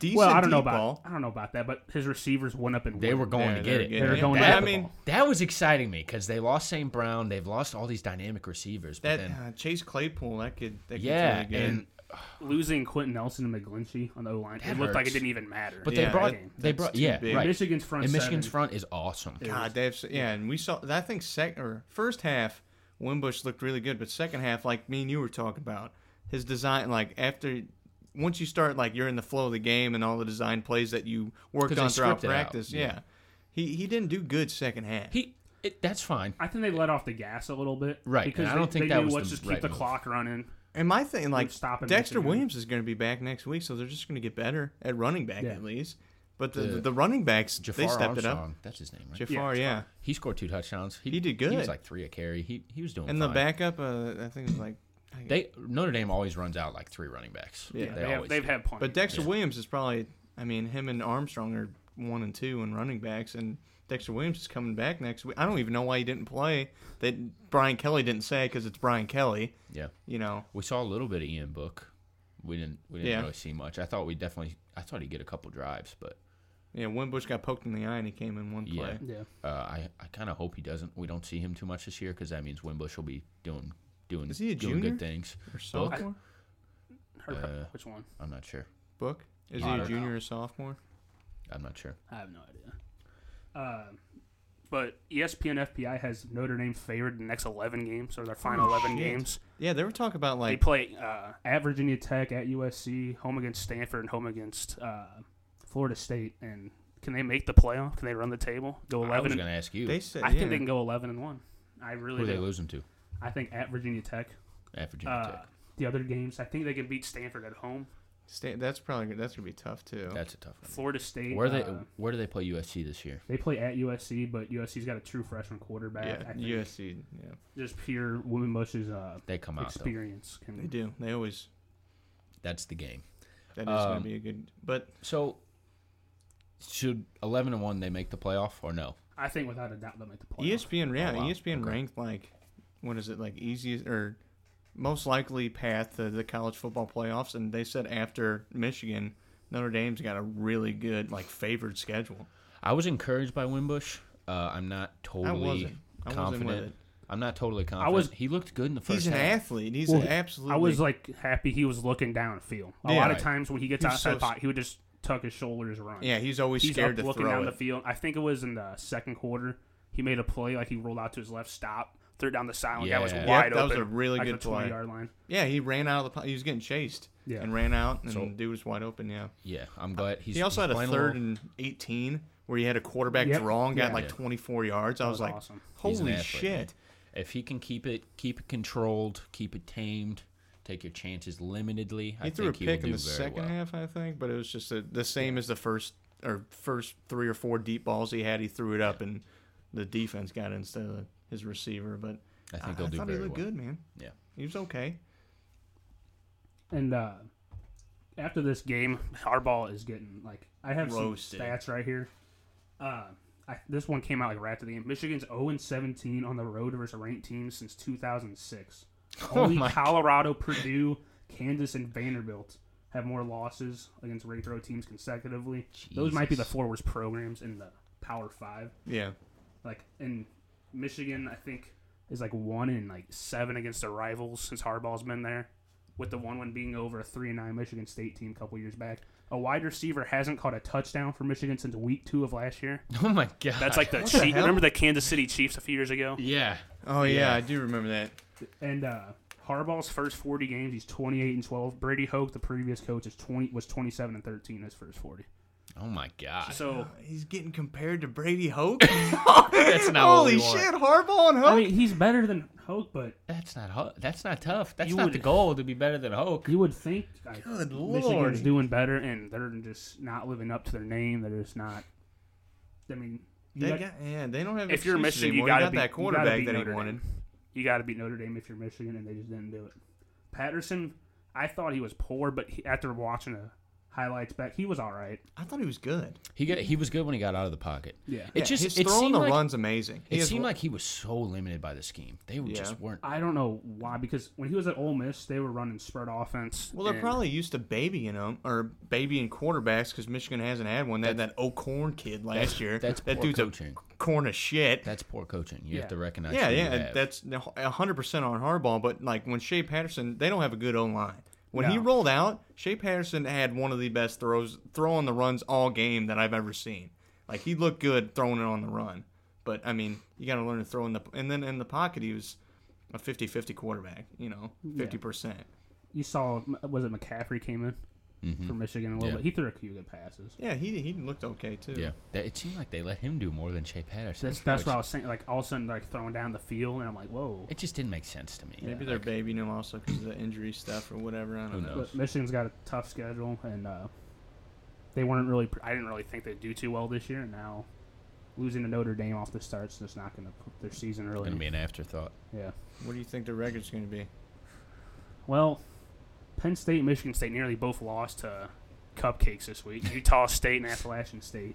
Speaker 2: decent
Speaker 3: well, I don't know
Speaker 2: deep
Speaker 3: about
Speaker 2: ball.
Speaker 3: I don't know about that, but his receivers went up and
Speaker 1: They
Speaker 3: went.
Speaker 1: were going
Speaker 2: Yeah,
Speaker 1: to
Speaker 2: they were
Speaker 1: get it.
Speaker 2: getting
Speaker 3: They were
Speaker 2: it.
Speaker 3: going
Speaker 2: But
Speaker 1: to
Speaker 2: I
Speaker 1: the
Speaker 2: mean,
Speaker 3: ball.
Speaker 1: That was exciting me because they lost St. Brown. They've lost all these dynamic receivers. But
Speaker 2: that
Speaker 1: then,
Speaker 2: uh, Chase Claypool, that kid, that kid's
Speaker 1: yeah,
Speaker 2: really good.
Speaker 1: and
Speaker 3: losing Quentin Nelson and McGlinchey on the O line. It
Speaker 1: That
Speaker 3: looked like it
Speaker 1: hurts.
Speaker 3: didn't even matter.
Speaker 1: but
Speaker 2: Yeah,
Speaker 1: they brought
Speaker 2: that-
Speaker 1: they
Speaker 2: that's
Speaker 1: brought
Speaker 2: too
Speaker 1: yeah
Speaker 2: big.
Speaker 1: right.
Speaker 3: Michigan's front
Speaker 1: And Michigan's
Speaker 3: seven.
Speaker 1: front is awesome.
Speaker 2: God, they have, s- yeah, and we saw. I think second or first half, Wimbush looked really good, but second half, like me and you were talking about, his design, like after, once you start, like you're in the flow of the game and all the design plays that you
Speaker 1: 'Cause
Speaker 2: worked
Speaker 1: they
Speaker 2: on throughout
Speaker 1: scripted out,
Speaker 2: practice.
Speaker 1: yeah.
Speaker 2: Yeah. he he didn't do good second half.
Speaker 1: He it, that's fine.
Speaker 3: I think they let off the gas a little bit,
Speaker 1: Right, and
Speaker 3: Because
Speaker 1: I don't
Speaker 3: they,
Speaker 1: think
Speaker 3: they
Speaker 1: that
Speaker 3: knew,
Speaker 1: was
Speaker 3: let's
Speaker 1: the
Speaker 3: just
Speaker 1: right
Speaker 3: keep the
Speaker 1: move."
Speaker 3: clock running.
Speaker 2: and my thing, like
Speaker 3: stop him
Speaker 2: Dexter
Speaker 3: missing.
Speaker 2: Williams is going to be back next week, so they're just going to get better at running back
Speaker 3: Yeah.
Speaker 2: at least. But the, the, running backs, they stepped it up.
Speaker 1: That's his name, right?
Speaker 2: Jafar, yeah.
Speaker 1: He scored two touchdowns. He,
Speaker 2: He did
Speaker 1: He
Speaker 2: good.
Speaker 1: was like three a carry. He he was doing
Speaker 2: And the
Speaker 1: fine.
Speaker 2: backup, uh, I think it was like. I-
Speaker 1: They Notre Dame always runs out like three running backs. they
Speaker 2: Yeah, they have-
Speaker 1: always
Speaker 3: they've
Speaker 1: do.
Speaker 3: had plenty.
Speaker 2: But Dexter
Speaker 1: Yeah.
Speaker 2: Williams is probably, I mean, him and Armstrong are one and two in running backs, and Dexter Williams is coming back next week. I don't even know why he didn't play. That Brian Kelly didn't say because it's Brian Kelly.
Speaker 1: Yeah,
Speaker 2: You know,
Speaker 1: we saw a little bit of Ian Book. We didn't we didn't
Speaker 2: Yeah.
Speaker 1: really see much. I thought we definitely I thought he'd get a couple drives, but
Speaker 2: yeah, Wimbush got poked in the eye and he came in one
Speaker 1: yeah,
Speaker 2: play.
Speaker 1: Uh, I I kind of hope he doesn't. We don't see him too much this year because that means Wimbush will be doing doing
Speaker 2: Is he a
Speaker 1: doing
Speaker 2: junior
Speaker 1: good things.
Speaker 2: or
Speaker 1: Book?
Speaker 2: sophomore?
Speaker 3: Her,
Speaker 1: Uh,
Speaker 3: which one?
Speaker 1: I'm not sure.
Speaker 2: Book is
Speaker 1: I
Speaker 2: he a
Speaker 1: don't
Speaker 2: junior or sophomore?
Speaker 1: I'm not sure.
Speaker 3: I have no idea. Uh, but E ESPN FPI has Notre Dame favored the next 11 games, or their final 11
Speaker 2: Oh, shit.
Speaker 3: games.
Speaker 2: Yeah, they were talking about like
Speaker 3: they play uh, at Virginia Tech, at USC, home against Stanford, and home against uh, Florida State. And can they make the playoff? Can they run the table? Go 11
Speaker 1: I was
Speaker 3: and-
Speaker 1: going to ask you.
Speaker 2: they said.
Speaker 3: I
Speaker 2: yeah.
Speaker 3: think they can go 11 and 1. I really
Speaker 1: who they
Speaker 3: do.
Speaker 1: losing to
Speaker 3: I think at Virginia Tech.
Speaker 1: at Virginia
Speaker 3: Uh,
Speaker 1: Tech?
Speaker 3: the other games, I think they can beat Stanford at home.
Speaker 2: Sta- that's probably gonna- that's gonna be tough too.
Speaker 1: That's a tough one.
Speaker 3: Florida State.
Speaker 1: Where they
Speaker 3: uh,
Speaker 1: where do they play USC this year?
Speaker 3: they play at USC, but USC's got a true freshman quarterback.
Speaker 2: yeah,
Speaker 3: I think
Speaker 2: USC. Yeah,
Speaker 3: Just pure Women Bush's uh,
Speaker 1: They come out, though.
Speaker 3: experience. Can,
Speaker 2: they do. They always.
Speaker 1: That's the game.
Speaker 2: That is gonna
Speaker 1: Um,
Speaker 2: be a good. But
Speaker 1: So should eleven and one they make the playoff or no?
Speaker 3: I think without a doubt they'll make the
Speaker 1: E
Speaker 3: playoff.
Speaker 2: ESPN, yeah, E
Speaker 1: wow.
Speaker 2: ESPN
Speaker 1: Okay.
Speaker 2: ranked like what is it like easiest or most likely path to the college football playoffs, and they said after Michigan, Notre Dame's got a really good like favored schedule.
Speaker 1: I was encouraged by Wimbush. Uh, I'm not totally
Speaker 2: wasn't. I wasn't with
Speaker 1: confident.
Speaker 2: it.
Speaker 1: I'm not totally confident.
Speaker 3: was-
Speaker 1: he looked good in the first
Speaker 2: He's an
Speaker 1: half.
Speaker 2: athlete. He's
Speaker 3: Well,
Speaker 2: an absolutely.
Speaker 3: I was like happy he was looking downfield. A
Speaker 2: Yeah.
Speaker 3: lot of
Speaker 1: Right.
Speaker 3: times when he gets
Speaker 2: He's
Speaker 3: outside
Speaker 2: so
Speaker 3: the pocket, he would just tuck his shoulders and run.
Speaker 2: yeah, he's always
Speaker 3: he's
Speaker 2: scared
Speaker 3: up
Speaker 2: to
Speaker 3: looking
Speaker 2: throw
Speaker 3: down
Speaker 2: it.
Speaker 3: the field. I think it was in the second quarter. He made a play like he rolled out to his left, stop, threw it down the side. Like, That was
Speaker 1: Yeah.
Speaker 3: wide
Speaker 1: Yep,
Speaker 2: that was
Speaker 3: open.
Speaker 2: a really
Speaker 3: like
Speaker 2: good
Speaker 3: the 20
Speaker 2: play.
Speaker 3: yard line.
Speaker 2: yeah, he ran out of the. po- He was getting chased.
Speaker 3: Yeah.
Speaker 2: and ran out, and
Speaker 1: So-
Speaker 2: the dude was wide open. Yeah,
Speaker 1: Yeah, I'm glad he's.
Speaker 2: he also
Speaker 1: he's
Speaker 2: had a
Speaker 1: playing
Speaker 2: third
Speaker 1: little-
Speaker 2: and eighteen where he had a quarterback
Speaker 3: Yep.
Speaker 2: draw and got
Speaker 3: Yeah.
Speaker 2: like
Speaker 1: Yeah.
Speaker 2: 24 yards. I was,
Speaker 3: was
Speaker 2: like,
Speaker 3: awesome.
Speaker 1: he's an athlete,
Speaker 2: holy
Speaker 1: man.
Speaker 2: shit!
Speaker 1: If he can keep it, keep it controlled, keep it tamed, take your chances limitedly.
Speaker 2: He
Speaker 1: I
Speaker 2: threw a
Speaker 1: think he will
Speaker 2: pick
Speaker 1: do
Speaker 2: in the
Speaker 1: very
Speaker 2: second
Speaker 1: well.
Speaker 2: half, I think, but it was just a, the same as the first or first three or four deep balls he had. He threw it up, and the defense got it instead of his receiver. But
Speaker 1: I think they'll do
Speaker 2: thought
Speaker 1: very
Speaker 2: he looked
Speaker 1: well.
Speaker 2: good, man.
Speaker 1: Yeah.
Speaker 2: He was okay.
Speaker 3: And uh, after this game, Harbaugh is getting like I have
Speaker 2: Roasted.
Speaker 3: some stats right here. Uh, I, this one came out like right after the game. Michigan's 0 and 17 on the road versus a ranked team since 2006. Only
Speaker 1: Oh my
Speaker 3: Colorado, Purdue, Kansas, and Vanderbilt have more losses against ranked road teams consecutively. Those might be the
Speaker 1: Jesus.
Speaker 3: four worst programs in the Power Five.
Speaker 2: Yeah.
Speaker 3: Like in Michigan, I think is like one in like seven against their rivals since Harbaugh's been there. With the one one being over a three and nine Michigan State team a couple years back. A wide receiver hasn't caught a touchdown for Michigan since week two of last year.
Speaker 1: Oh my god.
Speaker 3: That's like the,
Speaker 2: What the
Speaker 3: Chief-
Speaker 2: hell?
Speaker 3: remember the Kansas City Chiefs a few years ago.
Speaker 1: yeah.
Speaker 2: Oh yeah,
Speaker 1: Yeah.
Speaker 2: I do remember that.
Speaker 3: And uh, Harbaugh's first forty games, he's twenty eight and twelve. Brady Hoke, the previous coach, is twenty was twenty seven and thirteen his first forty.
Speaker 1: Oh my god.
Speaker 3: So
Speaker 2: Uh, He's getting compared to Brady Hoke.
Speaker 1: That's not what
Speaker 2: holy
Speaker 1: we want.
Speaker 2: shit, Harbaugh and Hoke.
Speaker 3: I mean, he's better than Hoke, but
Speaker 1: That's not hu- that's not tough. That's
Speaker 3: You
Speaker 1: not
Speaker 3: would-
Speaker 1: the goal to be better than Hoke.
Speaker 3: You would think like,
Speaker 2: Good
Speaker 3: Michigan's
Speaker 2: lord.
Speaker 3: doing better, and they're just not living up to their name. They're just not. I mean, you
Speaker 2: they
Speaker 3: got-
Speaker 2: got, yeah, they don't have.
Speaker 3: if you're
Speaker 2: excuses
Speaker 3: Michigan, you
Speaker 2: anymore. He
Speaker 3: gotta
Speaker 2: got
Speaker 3: beat-
Speaker 2: that
Speaker 3: you gotta
Speaker 2: quarterback
Speaker 3: beat
Speaker 2: that he
Speaker 3: Notre Dame.
Speaker 2: wanted.
Speaker 3: you got to beat Notre Dame if you're Michigan, and they just didn't do it. Patterson, I thought he was poor, but he, after watching the highlights back, he was all right.
Speaker 2: I thought he was good.
Speaker 1: He got he was good when he got out of the pocket.
Speaker 3: Yeah.
Speaker 1: It
Speaker 2: yeah,
Speaker 1: just
Speaker 2: his
Speaker 1: it
Speaker 2: throw on
Speaker 1: seemed
Speaker 2: the
Speaker 1: like,
Speaker 2: run's amazing. He
Speaker 1: It
Speaker 2: has
Speaker 1: seemed
Speaker 2: one-
Speaker 1: like he was so limited by the scheme. They were
Speaker 2: Yeah.
Speaker 1: just weren't.
Speaker 3: I don't know why, because when he was at Ole Miss, they were running spread offense.
Speaker 2: Well, they're
Speaker 3: and-
Speaker 2: probably used to babying them or babying quarterbacks because Michigan hasn't had one. That that O'Corn kid last
Speaker 1: that's-
Speaker 2: year.
Speaker 1: that's
Speaker 2: that
Speaker 1: poor
Speaker 2: dude's
Speaker 1: coaching.
Speaker 2: a corn of shit.
Speaker 1: That's poor coaching. You
Speaker 3: Yeah.
Speaker 1: have to recognize.
Speaker 2: yeah,
Speaker 1: who you
Speaker 2: yeah, and
Speaker 1: have.
Speaker 2: that's hundred percent on Harbaugh. But like when Shea Patterson, they don't have a good O line. When he
Speaker 3: No.
Speaker 2: rolled out, Shea Patterson had one of the best throws, throwing the runs all game that I've ever seen. Like he looked good throwing it on the run, but I mean, you got to learn to throw in the and then in the pocket he was a 50-50 quarterback. You know, fifty percent.
Speaker 3: you saw was it McCaffrey came in for Michigan a little
Speaker 1: Yeah.
Speaker 3: bit. He threw a few good passes.
Speaker 2: Yeah, he he looked okay too.
Speaker 1: yeah. That, it seemed like they let him do more than Shea Patterson.
Speaker 3: That's that's
Speaker 1: which-
Speaker 3: what I was saying. Like all of a sudden, like throwing down the field, and I'm like, whoa.
Speaker 1: It just didn't make sense to me.
Speaker 2: Maybe they're babying him also because of the injury stuff or whatever. I don't
Speaker 1: Who
Speaker 2: know.
Speaker 1: knows?
Speaker 3: But Michigan's got a tough schedule, and uh, they weren't really. I didn't really think they'd do too well this year. and Now losing to Notre Dame off the start's just not going to put their season really.
Speaker 1: Going to be an afterthought.
Speaker 3: Yeah.
Speaker 2: What do you think the record's going to be?
Speaker 3: Well, Penn State, and Michigan State nearly both lost to cupcakes this week. Utah State and Appalachian State.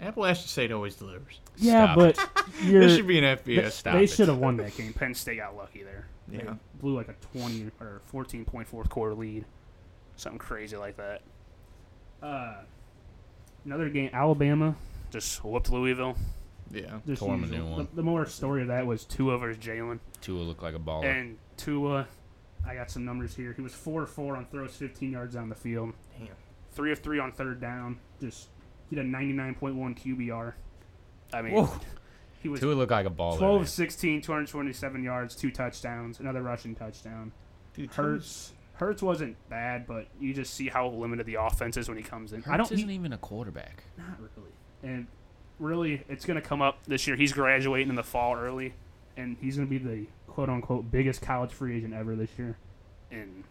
Speaker 2: Appalachian State always delivers.
Speaker 3: Yeah,
Speaker 2: Stop
Speaker 3: but
Speaker 2: it.
Speaker 3: you're-
Speaker 2: this should be an
Speaker 3: They,
Speaker 2: FBS. Stop
Speaker 3: they
Speaker 2: it.
Speaker 3: should have won that game. Penn State got lucky there. They
Speaker 2: Yeah.
Speaker 3: blew like a twenty or fourteen point fourth quarter lead, something crazy like that. Uh, another game, Alabama just whooped Louisville.
Speaker 2: Yeah,
Speaker 3: Just
Speaker 1: Tore 'em a
Speaker 3: usual.
Speaker 1: new
Speaker 3: The-
Speaker 1: one.
Speaker 3: The, more story of that was Tua versus Jalen.
Speaker 1: Tua looked like a baller.
Speaker 3: And Tua, I got some numbers here. He was four of four on throws, fifteen yards on the field.
Speaker 2: Damn.
Speaker 3: Three of three on third down. Just he had a ninety nine point one QBR. I mean,
Speaker 1: Whoa.
Speaker 3: he was
Speaker 1: Tua looked like a baller.
Speaker 3: 12
Speaker 1: man.
Speaker 3: 16, 227 yards, two touchdowns, another rushing touchdown.
Speaker 2: Dude,
Speaker 3: Hurts Hurts wasn't bad, but you just see how limited the offense is when he comes in. I
Speaker 1: Hurts
Speaker 3: don't
Speaker 1: isn't
Speaker 3: he-
Speaker 1: even a quarterback.
Speaker 3: not really. And really it's going to come up this year. He's graduating in the fall early and he's going to be the quote unquote biggest college free agent ever this year. And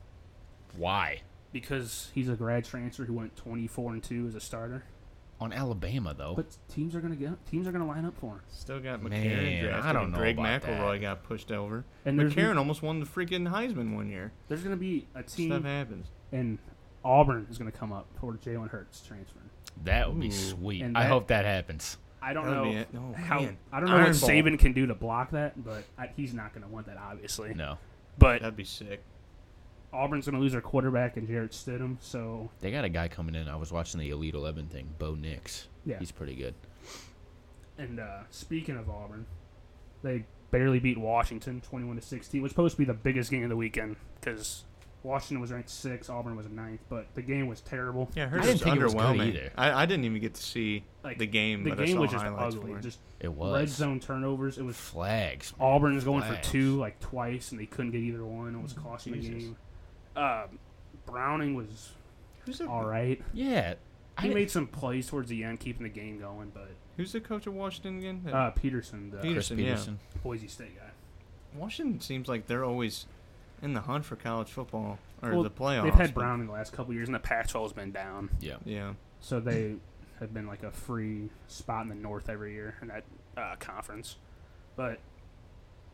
Speaker 1: Why?
Speaker 3: because he's a grad transfer who went 24 and 2 as a starter.
Speaker 1: On Alabama though.
Speaker 3: But teams are going to get teams are going to line up for him.
Speaker 2: Still got McCarron
Speaker 1: Man,
Speaker 2: drafted.
Speaker 1: I don't
Speaker 2: and
Speaker 1: know
Speaker 2: Greg
Speaker 1: about
Speaker 2: McElroy
Speaker 1: that.
Speaker 2: got pushed over.
Speaker 3: And
Speaker 2: And
Speaker 3: there's-
Speaker 2: McCarron almost won the freaking Heisman one year.
Speaker 3: There's going to be a team
Speaker 2: Stuff happens.
Speaker 3: and Auburn is going to come up for Jalen Hurts transferring.
Speaker 1: that would be
Speaker 2: Ooh.
Speaker 1: sweet.
Speaker 3: And
Speaker 1: I
Speaker 3: that-
Speaker 1: hope that happens.
Speaker 3: I don't
Speaker 2: That'd be
Speaker 3: know
Speaker 2: it. No,
Speaker 3: how.
Speaker 2: man.
Speaker 3: I don't know
Speaker 2: Iron
Speaker 3: what
Speaker 2: Bowl.
Speaker 3: Saban can do to block that, but I, he's not going to want that, obviously.
Speaker 1: No.
Speaker 3: But
Speaker 2: That'd be sick.
Speaker 3: Auburn's going to lose their quarterback and Jarrett Stidham, so
Speaker 1: They got a guy coming in. I was watching the Elite Eleven thing. Bo Nix.
Speaker 3: Yeah.
Speaker 1: He's pretty good.
Speaker 3: And uh, speaking of Auburn, they barely beat Washington, twenty-one to sixteen. Was supposed to be the biggest game of the weekend because Washington was ranked sixth, Auburn was ninth, but the game was terrible.
Speaker 2: Yeah, Hurts
Speaker 1: didn't
Speaker 2: was
Speaker 1: think it was good
Speaker 2: underwhelming.
Speaker 1: either.
Speaker 2: I, I didn't even get to see
Speaker 3: Like
Speaker 2: the game.
Speaker 3: the
Speaker 2: but I
Speaker 3: game
Speaker 2: saw
Speaker 3: was just
Speaker 2: highlights
Speaker 3: ugly.
Speaker 2: for it.
Speaker 3: Just
Speaker 1: It was
Speaker 3: red zone turnovers. It was
Speaker 1: flags. man.
Speaker 3: Auburn's going for
Speaker 1: Flags.
Speaker 3: two like twice, and they couldn't get either one. It was costing the
Speaker 2: Jesus.
Speaker 3: game. Um, Browning was
Speaker 2: who's the,
Speaker 3: all right.
Speaker 1: Yeah. I
Speaker 3: He
Speaker 1: didn't-
Speaker 3: made some plays towards the end, keeping the game going. But
Speaker 2: who's the coach of Washington again? That-
Speaker 3: uh, Peterson, the
Speaker 1: Chris
Speaker 2: Peterson, yeah.
Speaker 1: Peterson.
Speaker 3: Boise State guy,
Speaker 2: Washington seems like they're always in the hunt for college football or
Speaker 3: Well,
Speaker 2: the playoffs.
Speaker 3: They've had
Speaker 2: but-
Speaker 3: Browning the last couple years, and the Pac-12 has been down,
Speaker 1: Yeah.
Speaker 2: Yeah.
Speaker 3: so they have been like a free spot in the North every year in that uh, conference. But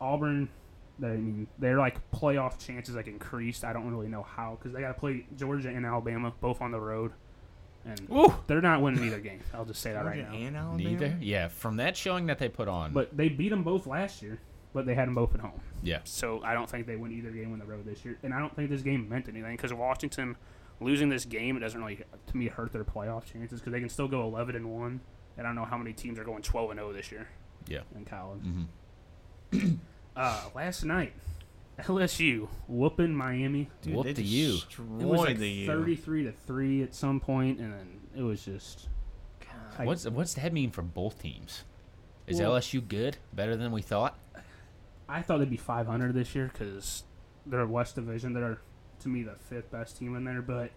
Speaker 3: Auburn, they, I mean, their like playoff chances like increased. I don't really know how because they got to play Georgia and Alabama both on the road, and they're not winning either game. I'll just say that right
Speaker 2: Georgia
Speaker 3: now.
Speaker 2: and Alabama?
Speaker 1: Neither. Yeah. From that showing that they put on.
Speaker 3: But they beat them both last year, but they had them both at home.
Speaker 1: yeah.
Speaker 3: So I don't think they win either game on the road this year, and I don't think this game meant anything because Washington losing this game it doesn't really to me hurt their playoff chances because they can still go eleven and one, and I don't know how many teams are going twelve and zero this year
Speaker 1: Yeah.
Speaker 3: in college. uh, last night, LSU whooping Miami.
Speaker 2: Dude,
Speaker 1: Whoop
Speaker 2: they
Speaker 1: the U.
Speaker 2: destroyed
Speaker 3: It was like
Speaker 2: the U.
Speaker 3: thirty-three to three at some point, and then it was just I-
Speaker 1: What's what's that mean for both teams? Is
Speaker 3: Well-
Speaker 1: LSU good? Better than we thought?
Speaker 3: I thought they'd be 500 this year because they're West Division. They're to me the fifth best team in there, but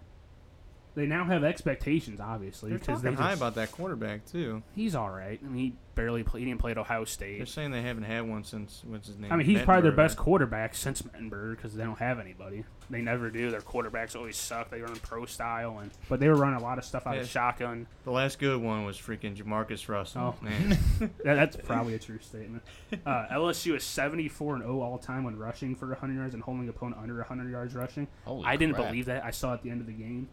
Speaker 3: they now have expectations, obviously,
Speaker 2: They're
Speaker 3: because
Speaker 2: talking
Speaker 3: they
Speaker 2: high
Speaker 3: just-
Speaker 2: about that quarterback too.
Speaker 3: he's all right. I mean, he barely played. He didn't play at Ohio
Speaker 2: They're
Speaker 3: State.
Speaker 2: saying they haven't had one since what's his name?
Speaker 3: I mean, he's probably their
Speaker 2: Mettenberger.
Speaker 3: best quarterback since Mettenberger because they don't have anybody. They never do. Their quarterbacks always suck. They run pro style, and but they were running a lot of stuff out of
Speaker 2: Yeah.
Speaker 3: shotgun.
Speaker 2: The last good one was freaking Jamarcus Russell.
Speaker 3: Oh.
Speaker 2: Man,
Speaker 3: That, that's probably a true statement. Uh, LSU is 74 and 0 all time when rushing for 100 yards and holding opponent under 100 yards rushing.
Speaker 1: Holy
Speaker 3: I didn't
Speaker 1: crap.
Speaker 3: believe that. I saw it at the end of the game.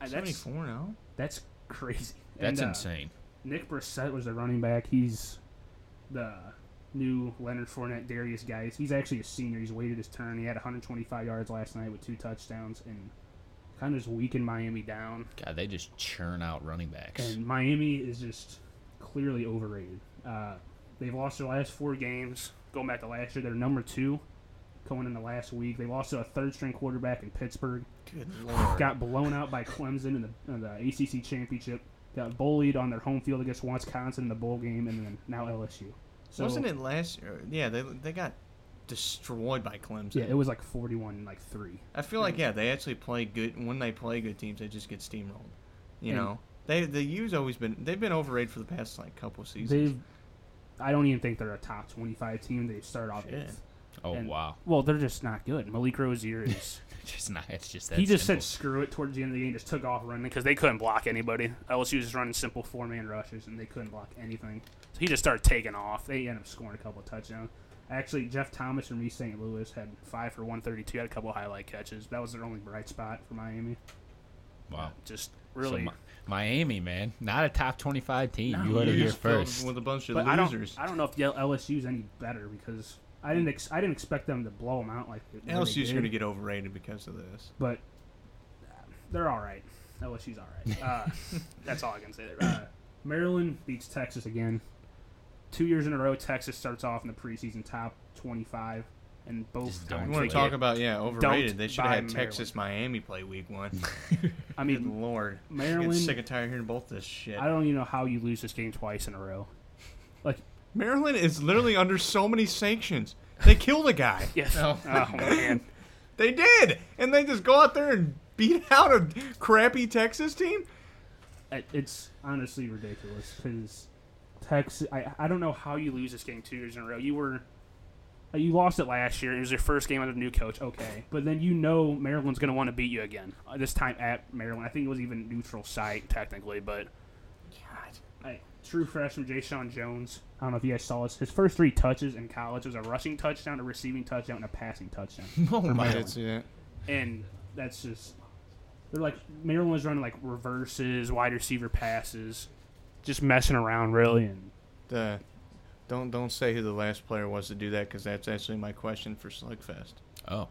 Speaker 3: Uh, That's,
Speaker 2: seventy-four now.
Speaker 3: that's crazy.
Speaker 1: That's
Speaker 3: And, uh,
Speaker 1: insane.
Speaker 3: Nick Brissett was their running back. He's the new Leonard Fournette, Darius Guys. He's actually a senior. He's waited his turn. He had 125 yards last night with two touchdowns and kind of just weakened Miami down.
Speaker 1: God, they just churn out running backs.
Speaker 3: And Miami is just clearly overrated. Uh, they've lost their last four games. Going back to last year, they're number two going into last week. They lost to a third string quarterback in Pittsburgh.
Speaker 2: Good lord.
Speaker 3: Got blown out by Clemson in the, in the ACC championship. Got bullied on their home field against Wisconsin in the bowl game, and then now LSU. So,
Speaker 2: Wasn't it last year? Yeah, they they got destroyed by Clemson.
Speaker 3: Yeah, it was like forty-one, like three.
Speaker 2: I feel like yeah, they actually play good. When they play good teams, they just get steamrolled. You
Speaker 3: And-
Speaker 2: know, they the U's always been they've been overrated for the past like couple seasons.
Speaker 3: They've. I don't even think they're a top twenty-five team. They start off.
Speaker 2: Shit.
Speaker 3: eighth.
Speaker 1: oh
Speaker 3: And-
Speaker 1: wow.
Speaker 3: Well, they're just not good. Malik Rozier is
Speaker 1: It's not. It's just that.
Speaker 3: he just
Speaker 1: simple.
Speaker 3: said screw it towards the end of the game, just took off running because they couldn't block anybody. LSU was running simple four man rushes and they couldn't block anything. So he just started taking off. They ended up scoring a couple of touchdowns. Actually, Jeff Thomas from East St. Louis had five for 132, had a couple of highlight catches. That was their only bright spot for Miami.
Speaker 1: Wow.
Speaker 3: Just really.
Speaker 1: Mi- Miami, man, not a top twenty-five team.
Speaker 3: No,
Speaker 1: you heard it
Speaker 3: you
Speaker 1: here
Speaker 3: just filled
Speaker 1: first.
Speaker 2: with a bunch
Speaker 3: But I don't, I don't know if the LSU's any better because I didn't ex- I didn't expect them to blow them out like they- they
Speaker 2: LSU's
Speaker 3: did.
Speaker 2: going to get overrated because of this.
Speaker 3: but uh, they're all right. LSU's all right. Uh, that's all I can say. There. Uh, Maryland beats Texas again. Two years in a row, Texas starts off in the preseason top twenty-five, and both.
Speaker 2: You want to talk about yeah overrated? They should have had Texas Miami play week one.
Speaker 3: I mean,
Speaker 2: Good lord,
Speaker 3: Maryland-
Speaker 2: Get sick and tired of hearing both this shit.
Speaker 3: I don't even know how you lose this game twice in a row. Like
Speaker 2: Maryland is literally under so many sanctions. They killed a guy.
Speaker 3: Yes. Oh. Oh, man.
Speaker 2: They did, and they just go out there and beat out a crappy Texas team.
Speaker 3: it- it's honestly ridiculous because Texas. I, I don't know how you lose this game two years in a row. You were uh, you lost it last year. It was your first game under the new coach. Okay, but then you know Maryland's going to want to beat you again. Uh, this time at Maryland, I think it was even neutral site technically, but I, true freshman Jay Sean Jones. I don't know if you guys saw this. His first three touches in college was a rushing touchdown, a receiving touchdown, and a passing touchdown.
Speaker 2: Oh
Speaker 3: for
Speaker 2: my!
Speaker 3: Maryland.
Speaker 2: That's it.
Speaker 3: And that's just they're like Maryland was running like reverses, wide receiver passes, just messing around really. And
Speaker 2: The, don't don't say who the last player was to do that because that's actually my question for Slugfest.
Speaker 1: Oh,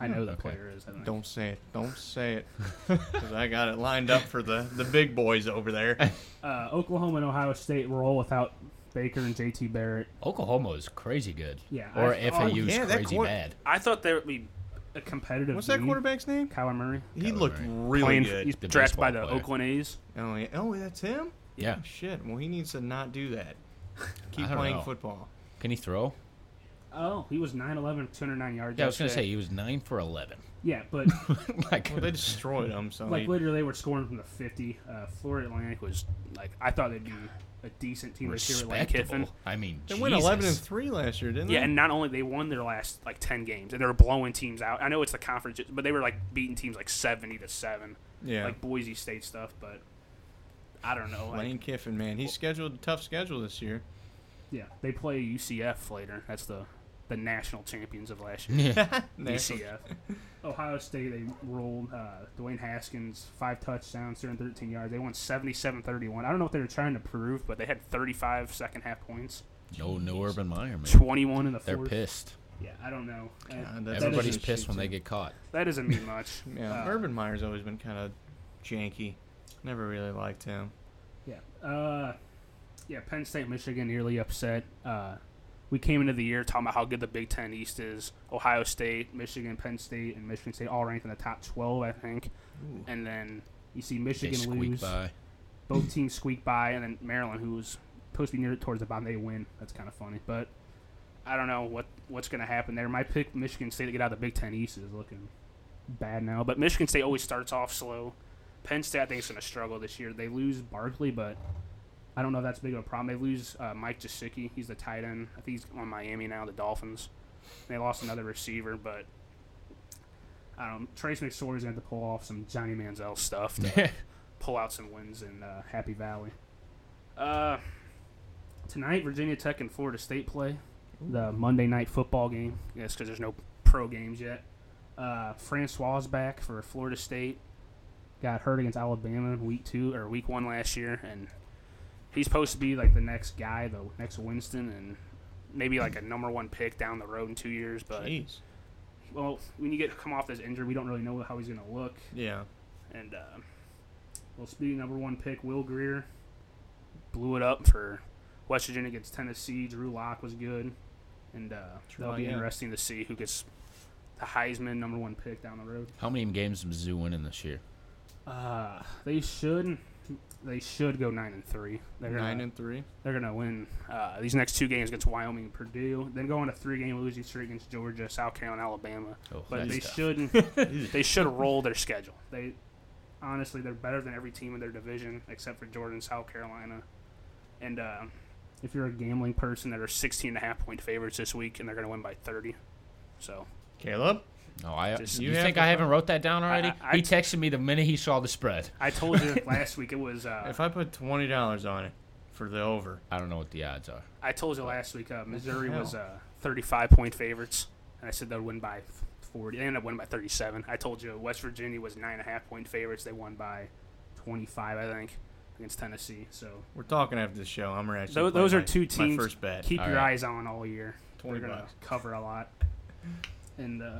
Speaker 3: I know that player is. I don't, know.
Speaker 2: Don't say it. Don't say it. Because I got it lined up for the, the big boys over there.
Speaker 3: Uh, Oklahoma and Ohio State roll without Baker and JT Barrett.
Speaker 1: Oklahoma is crazy good.
Speaker 3: Yeah,
Speaker 1: Or
Speaker 3: I-
Speaker 1: FAU is
Speaker 3: oh, yeah, that
Speaker 1: crazy
Speaker 3: quar-
Speaker 1: bad.
Speaker 3: I thought there would be a competitive.
Speaker 2: What's that
Speaker 3: league.
Speaker 2: quarterback's name?
Speaker 3: Kyler Murray.
Speaker 2: He looked really
Speaker 3: Playing-
Speaker 2: good.
Speaker 3: He's
Speaker 1: The
Speaker 3: drafted by the
Speaker 1: baseball player.
Speaker 3: Oakland A's.
Speaker 2: Oh yeah. Oh, that's him.
Speaker 1: Yeah.
Speaker 2: Oh, shit. Well, he needs to not do that. Keep
Speaker 1: I don't
Speaker 2: playing
Speaker 1: know.
Speaker 2: football.
Speaker 1: Can he throw?
Speaker 3: Oh, he was 9'11", 209 yards.
Speaker 1: Yeah, I was gonna
Speaker 3: yesterday.
Speaker 1: say he was nine for eleven.
Speaker 3: Yeah, but
Speaker 1: like,
Speaker 2: Well, they destroyed him. So
Speaker 3: like
Speaker 2: he-
Speaker 3: literally they were scoring from the 50 uh, florida atlantic was like i thought they'd be a decent team this year at lane kiffin
Speaker 1: respectable. I mean,
Speaker 2: they went eleven and
Speaker 1: Jesus.
Speaker 2: three last year, didn't
Speaker 3: yeah
Speaker 2: they?
Speaker 3: and not only they won their last like 10 games and they were blowing teams out i know it's the conference but they were like beating teams like 70 to 7
Speaker 2: Yeah.
Speaker 3: like boise state stuff but i don't know like,
Speaker 2: Lane Kiffin, man, he's scheduled a tough schedule this year.
Speaker 3: yeah they play ucf later that's the the national champions of last year
Speaker 2: National-
Speaker 3: UCF. Ohio State, they rolled uh, Dwayne Haskins, five touchdowns, 313 yards. They won 77 31. I don't know what they were trying to prove, but they had 35 second half points,
Speaker 1: no, no Urban Meyer, man.
Speaker 3: 21 in the
Speaker 1: They're
Speaker 3: fourth.
Speaker 1: pissed.
Speaker 3: Yeah, I don't know. Uh,
Speaker 2: God,
Speaker 3: that
Speaker 2: that's-
Speaker 1: Everybody's
Speaker 3: doesn't-
Speaker 2: just
Speaker 1: pissed when
Speaker 2: shit,
Speaker 1: they
Speaker 2: too.
Speaker 1: get caught.
Speaker 3: that doesn't mean much.
Speaker 2: Yeah,
Speaker 3: Uh,
Speaker 2: Urban Meyer's always been kind of janky. Never really liked him.
Speaker 3: Yeah. Uh, yeah, Penn State, Michigan nearly upset. Uh, we came into the year talking about how good the Big Ten East is. Ohio State, Michigan, Penn State, and Michigan State all ranked in the top 12, I think. And then you see
Speaker 1: They
Speaker 3: Michigan
Speaker 1: squeak
Speaker 3: lose.
Speaker 1: by.
Speaker 3: both teams squeak by, and then Maryland, who was supposed to be near towards the bottom, they win. That's kind of funny, but I don't know what what's going to happen there. My pick, Michigan State, to get out of the Big Ten East is looking bad now, but Michigan State always starts off slow. Penn State, I think, is going to struggle this year. They lose Barkley, but I don't know if that's big of a problem. They lose uh, Mike Jasicki. He's the tight end. I think he's on Miami now, the Dolphins. They lost another receiver, but I don't. um, Trace McSorley's going to have to pull off some Johnny Manziel stuff to pull out some wins in uh, Happy Valley. Uh, tonight, Virginia Tech and Florida State play the Monday night football game. Yes, because there's no pro games yet. Uh, Francois back for Florida State. Got hurt against Alabama in week two or week one last year, and he's supposed to be like the next guy, the next Winston, and maybe like a number one pick down the road in two years. But
Speaker 2: Jeez.
Speaker 3: well, when you get come off this injury, we don't really know how he's going to look.
Speaker 2: Yeah.
Speaker 3: And uh, well, speaking of number one pick, Will Greer blew it up for West Virginia against Tennessee. Drew Locke was good, and uh, that'll
Speaker 2: Lock,
Speaker 3: be
Speaker 2: yeah.
Speaker 3: interesting to see who gets the Heisman number one pick down the road.
Speaker 1: How many games did Mizzou win in this year?
Speaker 3: Uh, they should they should go nine and three. They're gonna,
Speaker 2: Nine and three.
Speaker 3: they're gonna win uh, these next two games against Wyoming and Purdue. Then go on a three game losing streak against Georgia, South Carolina, Alabama.
Speaker 1: Oh,
Speaker 3: but
Speaker 1: that's
Speaker 3: they
Speaker 1: tough.
Speaker 3: should they should roll their schedule. They honestly they're better than every team in their division except for Jordan, South Carolina. And uh, if you're a gambling person, there are 16 and a half point favorites this week, and they're gonna win by 30. So
Speaker 2: Caleb.
Speaker 1: No, I.
Speaker 3: Just-
Speaker 1: you
Speaker 3: You
Speaker 1: think
Speaker 3: have-
Speaker 1: I haven't wrote that down already?
Speaker 3: I- I- I
Speaker 1: he texted me the minute he saw the spread.
Speaker 3: I told you last week it was. Uh,
Speaker 2: If I put twenty dollars on it for the over,
Speaker 1: I don't know what the odds are.
Speaker 3: I told you last week uh, Missouri
Speaker 2: hell?
Speaker 3: was uh, 35 point favorites, and I said they'd win by 40. They ended up winning by 37. I told you West Virginia was nine and a half point favorites. They won by 25, I think, against Tennessee. So
Speaker 2: we're talking after the show. I'm gonna actually.
Speaker 3: Tho-
Speaker 2: play
Speaker 3: those are
Speaker 2: my-
Speaker 3: two
Speaker 2: My
Speaker 3: teams.
Speaker 2: first bet.
Speaker 3: Keep your
Speaker 2: eyes.
Speaker 3: eyes on all year.
Speaker 2: 20
Speaker 3: We're gonna
Speaker 2: bucks.
Speaker 3: cover a lot, and uh,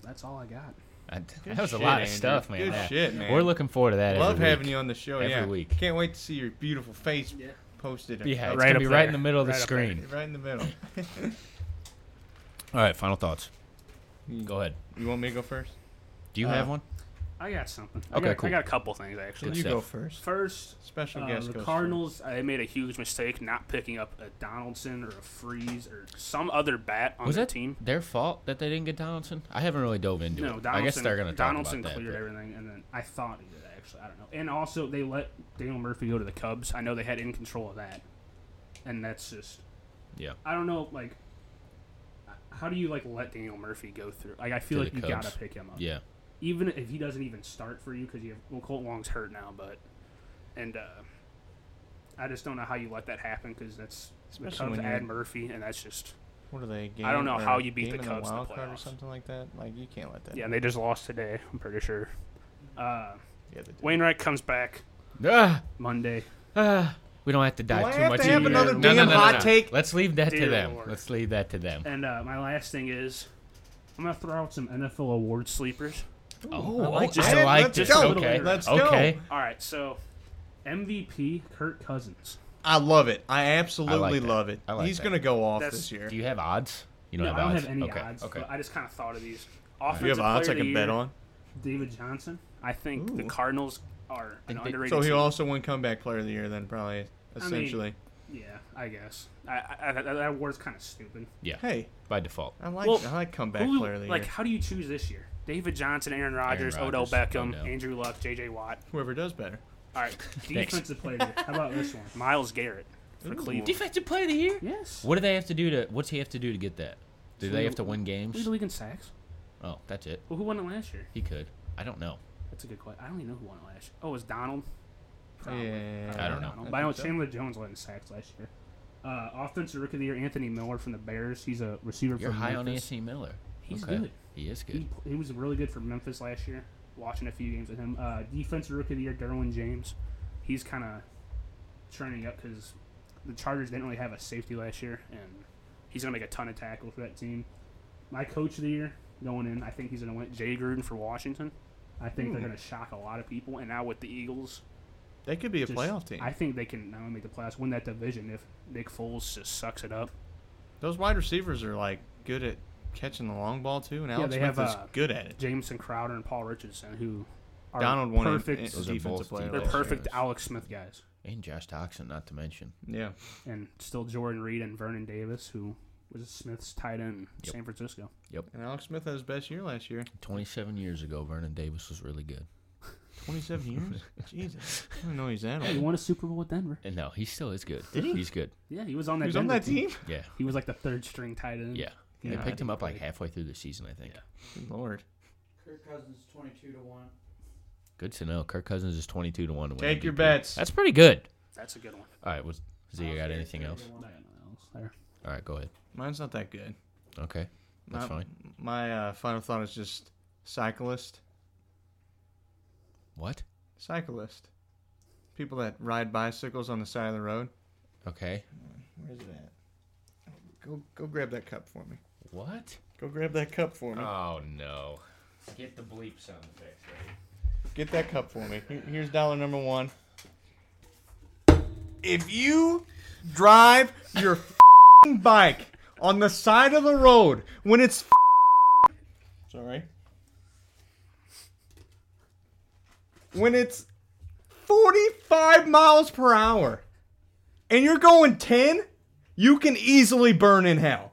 Speaker 3: that's all I got.
Speaker 1: I, that
Speaker 2: Good
Speaker 1: was a
Speaker 2: shit,
Speaker 1: lot of
Speaker 2: Andrew.
Speaker 1: stuff, man.
Speaker 2: Good
Speaker 1: That-
Speaker 2: shit, man.
Speaker 1: We're looking forward to that.
Speaker 2: Love
Speaker 1: every
Speaker 2: having
Speaker 1: week.
Speaker 2: you on the show
Speaker 1: every
Speaker 2: yeah.
Speaker 1: week.
Speaker 2: Can't wait to see your beautiful face
Speaker 3: Yeah.
Speaker 2: posted.
Speaker 1: Yeah,
Speaker 2: up.
Speaker 1: it's
Speaker 3: Right
Speaker 1: gonna
Speaker 3: up
Speaker 1: be right in
Speaker 3: there.
Speaker 1: the middle of the
Speaker 3: Right up there.
Speaker 1: screen.
Speaker 2: right in the middle.
Speaker 1: All right, final thoughts. Mm, Go ahead.
Speaker 2: You want me to go first?
Speaker 1: Do you
Speaker 2: Uh,
Speaker 1: have one?
Speaker 3: I got something. I
Speaker 1: Okay,
Speaker 3: got,
Speaker 1: cool.
Speaker 3: I got a couple things actually.
Speaker 1: Good
Speaker 2: you go
Speaker 1: stuff.
Speaker 2: first.
Speaker 3: First,
Speaker 2: Special
Speaker 3: uh,
Speaker 2: guest
Speaker 3: the
Speaker 2: goes
Speaker 3: Cardinals. uh, They made a huge mistake not picking up a Donaldson or a Freeze or some other bat on
Speaker 1: Was
Speaker 3: their
Speaker 1: that
Speaker 3: team.
Speaker 1: their fault that they didn't get Donaldson? I haven't really dove into
Speaker 3: No,
Speaker 1: it.
Speaker 3: Donaldson.
Speaker 1: I guess they're going to talk
Speaker 3: Donaldson
Speaker 1: about that.
Speaker 3: cleared
Speaker 1: but-
Speaker 3: everything, and then I thought he did actually. I don't know. And also, they let Daniel Murphy go to the Cubs. I know they had in control of that, and that's just
Speaker 1: yeah.
Speaker 3: I don't know. Like, how do you like let Daniel Murphy go through? Like, I feel
Speaker 1: To
Speaker 3: like
Speaker 1: the
Speaker 3: you
Speaker 1: Cubs.
Speaker 3: gotta pick him up.
Speaker 1: Yeah.
Speaker 3: even if he doesn't even start for you because you have well Colt Long's hurt now, but and uh, I just don't know how you let that happen because that's the
Speaker 2: Especially
Speaker 3: Cubs
Speaker 2: when you're-
Speaker 3: add Murphy and that's just
Speaker 2: What are they? a Game,
Speaker 3: I don't know
Speaker 2: or
Speaker 3: how you beat
Speaker 2: game
Speaker 3: the
Speaker 2: in
Speaker 3: Cubs in the
Speaker 2: wild card or
Speaker 3: playoffs.
Speaker 2: something like that. Like you can't let that.
Speaker 3: yeah and they just lost today. I'm pretty sure. Uh,
Speaker 2: Yeah, they did.
Speaker 3: Wainwright comes back
Speaker 1: Ah,
Speaker 3: Monday.
Speaker 1: ah, we don't have to dive
Speaker 2: Do I
Speaker 1: too
Speaker 2: have
Speaker 1: much.
Speaker 2: to have
Speaker 1: into
Speaker 2: another
Speaker 1: your- no,
Speaker 2: damn
Speaker 1: no, no, no,
Speaker 2: hot
Speaker 1: no.
Speaker 2: take?
Speaker 1: Let's leave that to
Speaker 3: Dear
Speaker 1: them.
Speaker 3: Lord.
Speaker 1: Let's leave that to them.
Speaker 3: And uh, my last thing is, I'm gonna throw out some NFL award sleepers.
Speaker 1: Oh, I
Speaker 2: like
Speaker 1: just
Speaker 2: that.
Speaker 1: like
Speaker 2: Let's
Speaker 1: this.
Speaker 2: go.
Speaker 1: Okay,
Speaker 2: Let's go.
Speaker 1: okay.
Speaker 3: All right, so MVP Kirk Cousins.
Speaker 2: I love it. I absolutely
Speaker 1: that.
Speaker 2: love it.
Speaker 1: I like
Speaker 2: He's
Speaker 1: that.
Speaker 2: gonna go off
Speaker 3: That's-
Speaker 2: this year.
Speaker 1: Do you have odds? You don't
Speaker 3: no,
Speaker 1: have
Speaker 3: I don't
Speaker 1: odds.
Speaker 3: have any
Speaker 1: okay.
Speaker 3: odds.
Speaker 1: Okay.
Speaker 3: But I just kind of thought of these.
Speaker 2: Do you
Speaker 3: Offensive
Speaker 2: have odds I
Speaker 3: player of
Speaker 2: can
Speaker 3: the
Speaker 2: bet
Speaker 3: year,
Speaker 2: on?
Speaker 3: David Johnson. I think the
Speaker 2: Ooh.
Speaker 3: Cardinals are an
Speaker 1: Think they-
Speaker 3: underrated.
Speaker 2: So he
Speaker 3: team.
Speaker 2: also won comeback player of the year then, probably essentially.
Speaker 3: Yeah, I guess. I, I, I, that- that award's kind of stupid.
Speaker 1: yeah.
Speaker 2: hey,
Speaker 1: By default.
Speaker 2: I like
Speaker 3: Well,
Speaker 2: I like comeback
Speaker 3: Who-
Speaker 2: player of the year.
Speaker 3: like, how do you choose this year? David Johnson, Aaron Rodgers, Odell
Speaker 1: Rodgers,
Speaker 3: Beckham,
Speaker 1: Odell.
Speaker 3: Andrew Luck, J.J. Watt.
Speaker 2: Whoever does better.
Speaker 3: All right, defensive player. of the year. How about this one? Miles Garrett for Cleveland.
Speaker 1: Defensive player of the year.
Speaker 3: Yes.
Speaker 1: What do they have to do to? What's he have to do to get that? Do they have to win
Speaker 3: Lead
Speaker 1: games?
Speaker 3: the league in sacks.
Speaker 1: Oh, that's it.
Speaker 3: Well, who won it last year?
Speaker 1: He could. I don't know.
Speaker 3: That's a good question. I don't even know who won it last year. Oh, it was Donald. Oh
Speaker 2: Yeah,
Speaker 1: I don't know.
Speaker 3: But I know Chandler Jones led in sacks last year. Uh, offensive rookie of the year, Anthony Miller from the Bears. He's a receiver
Speaker 1: You're
Speaker 3: from
Speaker 1: high on
Speaker 3: Memphis.
Speaker 1: Anthony Miller.
Speaker 3: He's
Speaker 1: okay.
Speaker 3: good.
Speaker 1: He is
Speaker 3: He,
Speaker 1: good.
Speaker 3: he was really good for Memphis last year. Watching a few games with him. Uh, defensive rookie of the year, Derwin James. He's kind of churning up because the Chargers didn't really have a safety last year, and he's going to make a ton of tackles for that team. My coach of the year going in, I think he's going to win Jay Gruden for Washington. I think
Speaker 2: Hmm.
Speaker 3: they're going to shock a lot of people, and now with the Eagles,
Speaker 2: They could be a
Speaker 3: just-
Speaker 2: playoff team.
Speaker 3: I think they can not only make the playoffs, win that division if Nick Foles just sucks it up.
Speaker 2: Those wide receivers are like good at catching the long ball too, and Alex
Speaker 3: they
Speaker 2: Smith
Speaker 3: have,
Speaker 2: is
Speaker 3: uh,
Speaker 2: good at it.
Speaker 3: Jameson Crowder and Paul Richardson, who are
Speaker 2: Donald won in-
Speaker 3: perfect.
Speaker 2: in,
Speaker 1: Those are both
Speaker 2: defensive player.
Speaker 1: deep
Speaker 3: they're
Speaker 2: last year.
Speaker 3: perfect Alex Smith guys,
Speaker 1: And Josh Toxin, not to mention.
Speaker 2: Yeah.
Speaker 3: and still Jordan Reed and Vernon Davis, who was Smith's tight end in San Francisco.
Speaker 2: And Alex Smith had his best year last year.
Speaker 1: 27 years ago, Vernon Davis was really good.
Speaker 2: 27 years? Jesus. I didn't know he's that
Speaker 3: He
Speaker 2: old.
Speaker 3: won a Super Bowl with Denver.
Speaker 1: And no, he still is good. Did he? He's good.
Speaker 3: Yeah, he was on that.
Speaker 2: He was on
Speaker 3: Denver
Speaker 2: that team?
Speaker 1: Yeah.
Speaker 3: He was like the third string tight end.
Speaker 1: Yeah. They
Speaker 2: Yeah, I
Speaker 1: picked him up like halfway through the season, I think.
Speaker 2: Good Lord.
Speaker 5: Kirk Cousins 22 to 1.
Speaker 1: Good to know. Kirk Cousins is 22 to 1 to win.
Speaker 2: Take your
Speaker 1: MVP.
Speaker 2: bets.
Speaker 1: That's pretty good.
Speaker 3: that's a good one.
Speaker 1: All right. Was, Z, you got anything else?
Speaker 3: I got nothing else there.
Speaker 1: All right. Go ahead.
Speaker 2: Mine's not that good.
Speaker 1: Okay. That's
Speaker 2: My-
Speaker 1: fine.
Speaker 2: My uh, final thought is just cyclist.
Speaker 1: What?
Speaker 2: Cyclist. People that ride bicycles on the side of the road.
Speaker 1: Okay.
Speaker 2: Where's that? Go go grab that cup for me.
Speaker 1: What?
Speaker 2: Go grab that cup for me.
Speaker 1: Oh, no. Get the bleep sound effects ready.
Speaker 2: Get that cup for me. Here- Here's dollar number one. If you drive your fing bike on the side of the road when it's f***ing- sorry, when it's 45 miles per hour and you're going 10, you can easily burn in hell.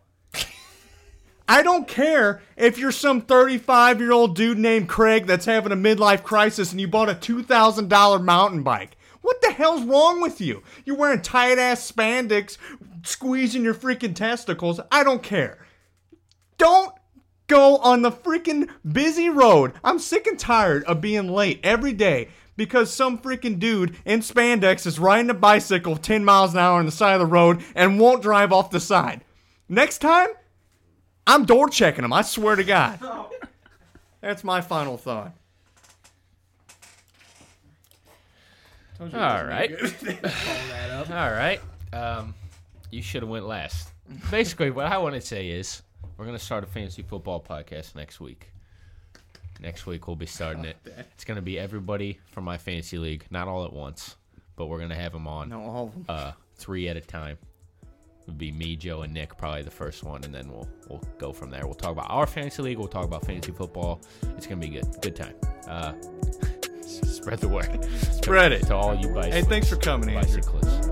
Speaker 2: I don't care if you're some 35 year old dude named Craig that's having a midlife crisis and you bought a $2,000 mountain bike. What the hell's wrong with you? You're wearing tight ass spandex, squeezing your freaking testicles. I don't care. Don't go on the freaking busy road. I'm sick and tired of being late every day because some freaking dude in spandex is riding a bicycle 10 miles an hour on the side of the road and won't drive off the side. Next time, I'm door checking him. I swear to God. That's my final thought.
Speaker 1: All
Speaker 2: Told you it wasn't
Speaker 1: right.
Speaker 2: good.
Speaker 1: All right. Um, you should have went last. Basically, what I want to say is we're going to start a fantasy football podcast next week. Next week we'll be starting it. It's going to be everybody from my fantasy league, not all at once, but we're going to have them on.
Speaker 2: No, all of 'em.
Speaker 1: Uh, three at a time. It'll be me, Joe, and Nick probably the first one, and then we'll we'll go from there. We'll talk about our fantasy league. We'll talk about fantasy football. It's going to be good. Good time. Uh, spread the word.
Speaker 2: Spread
Speaker 1: to,
Speaker 2: it.
Speaker 1: to all you bicyclists.
Speaker 2: Hey, thanks for coming, Andrew.
Speaker 1: bicyclists.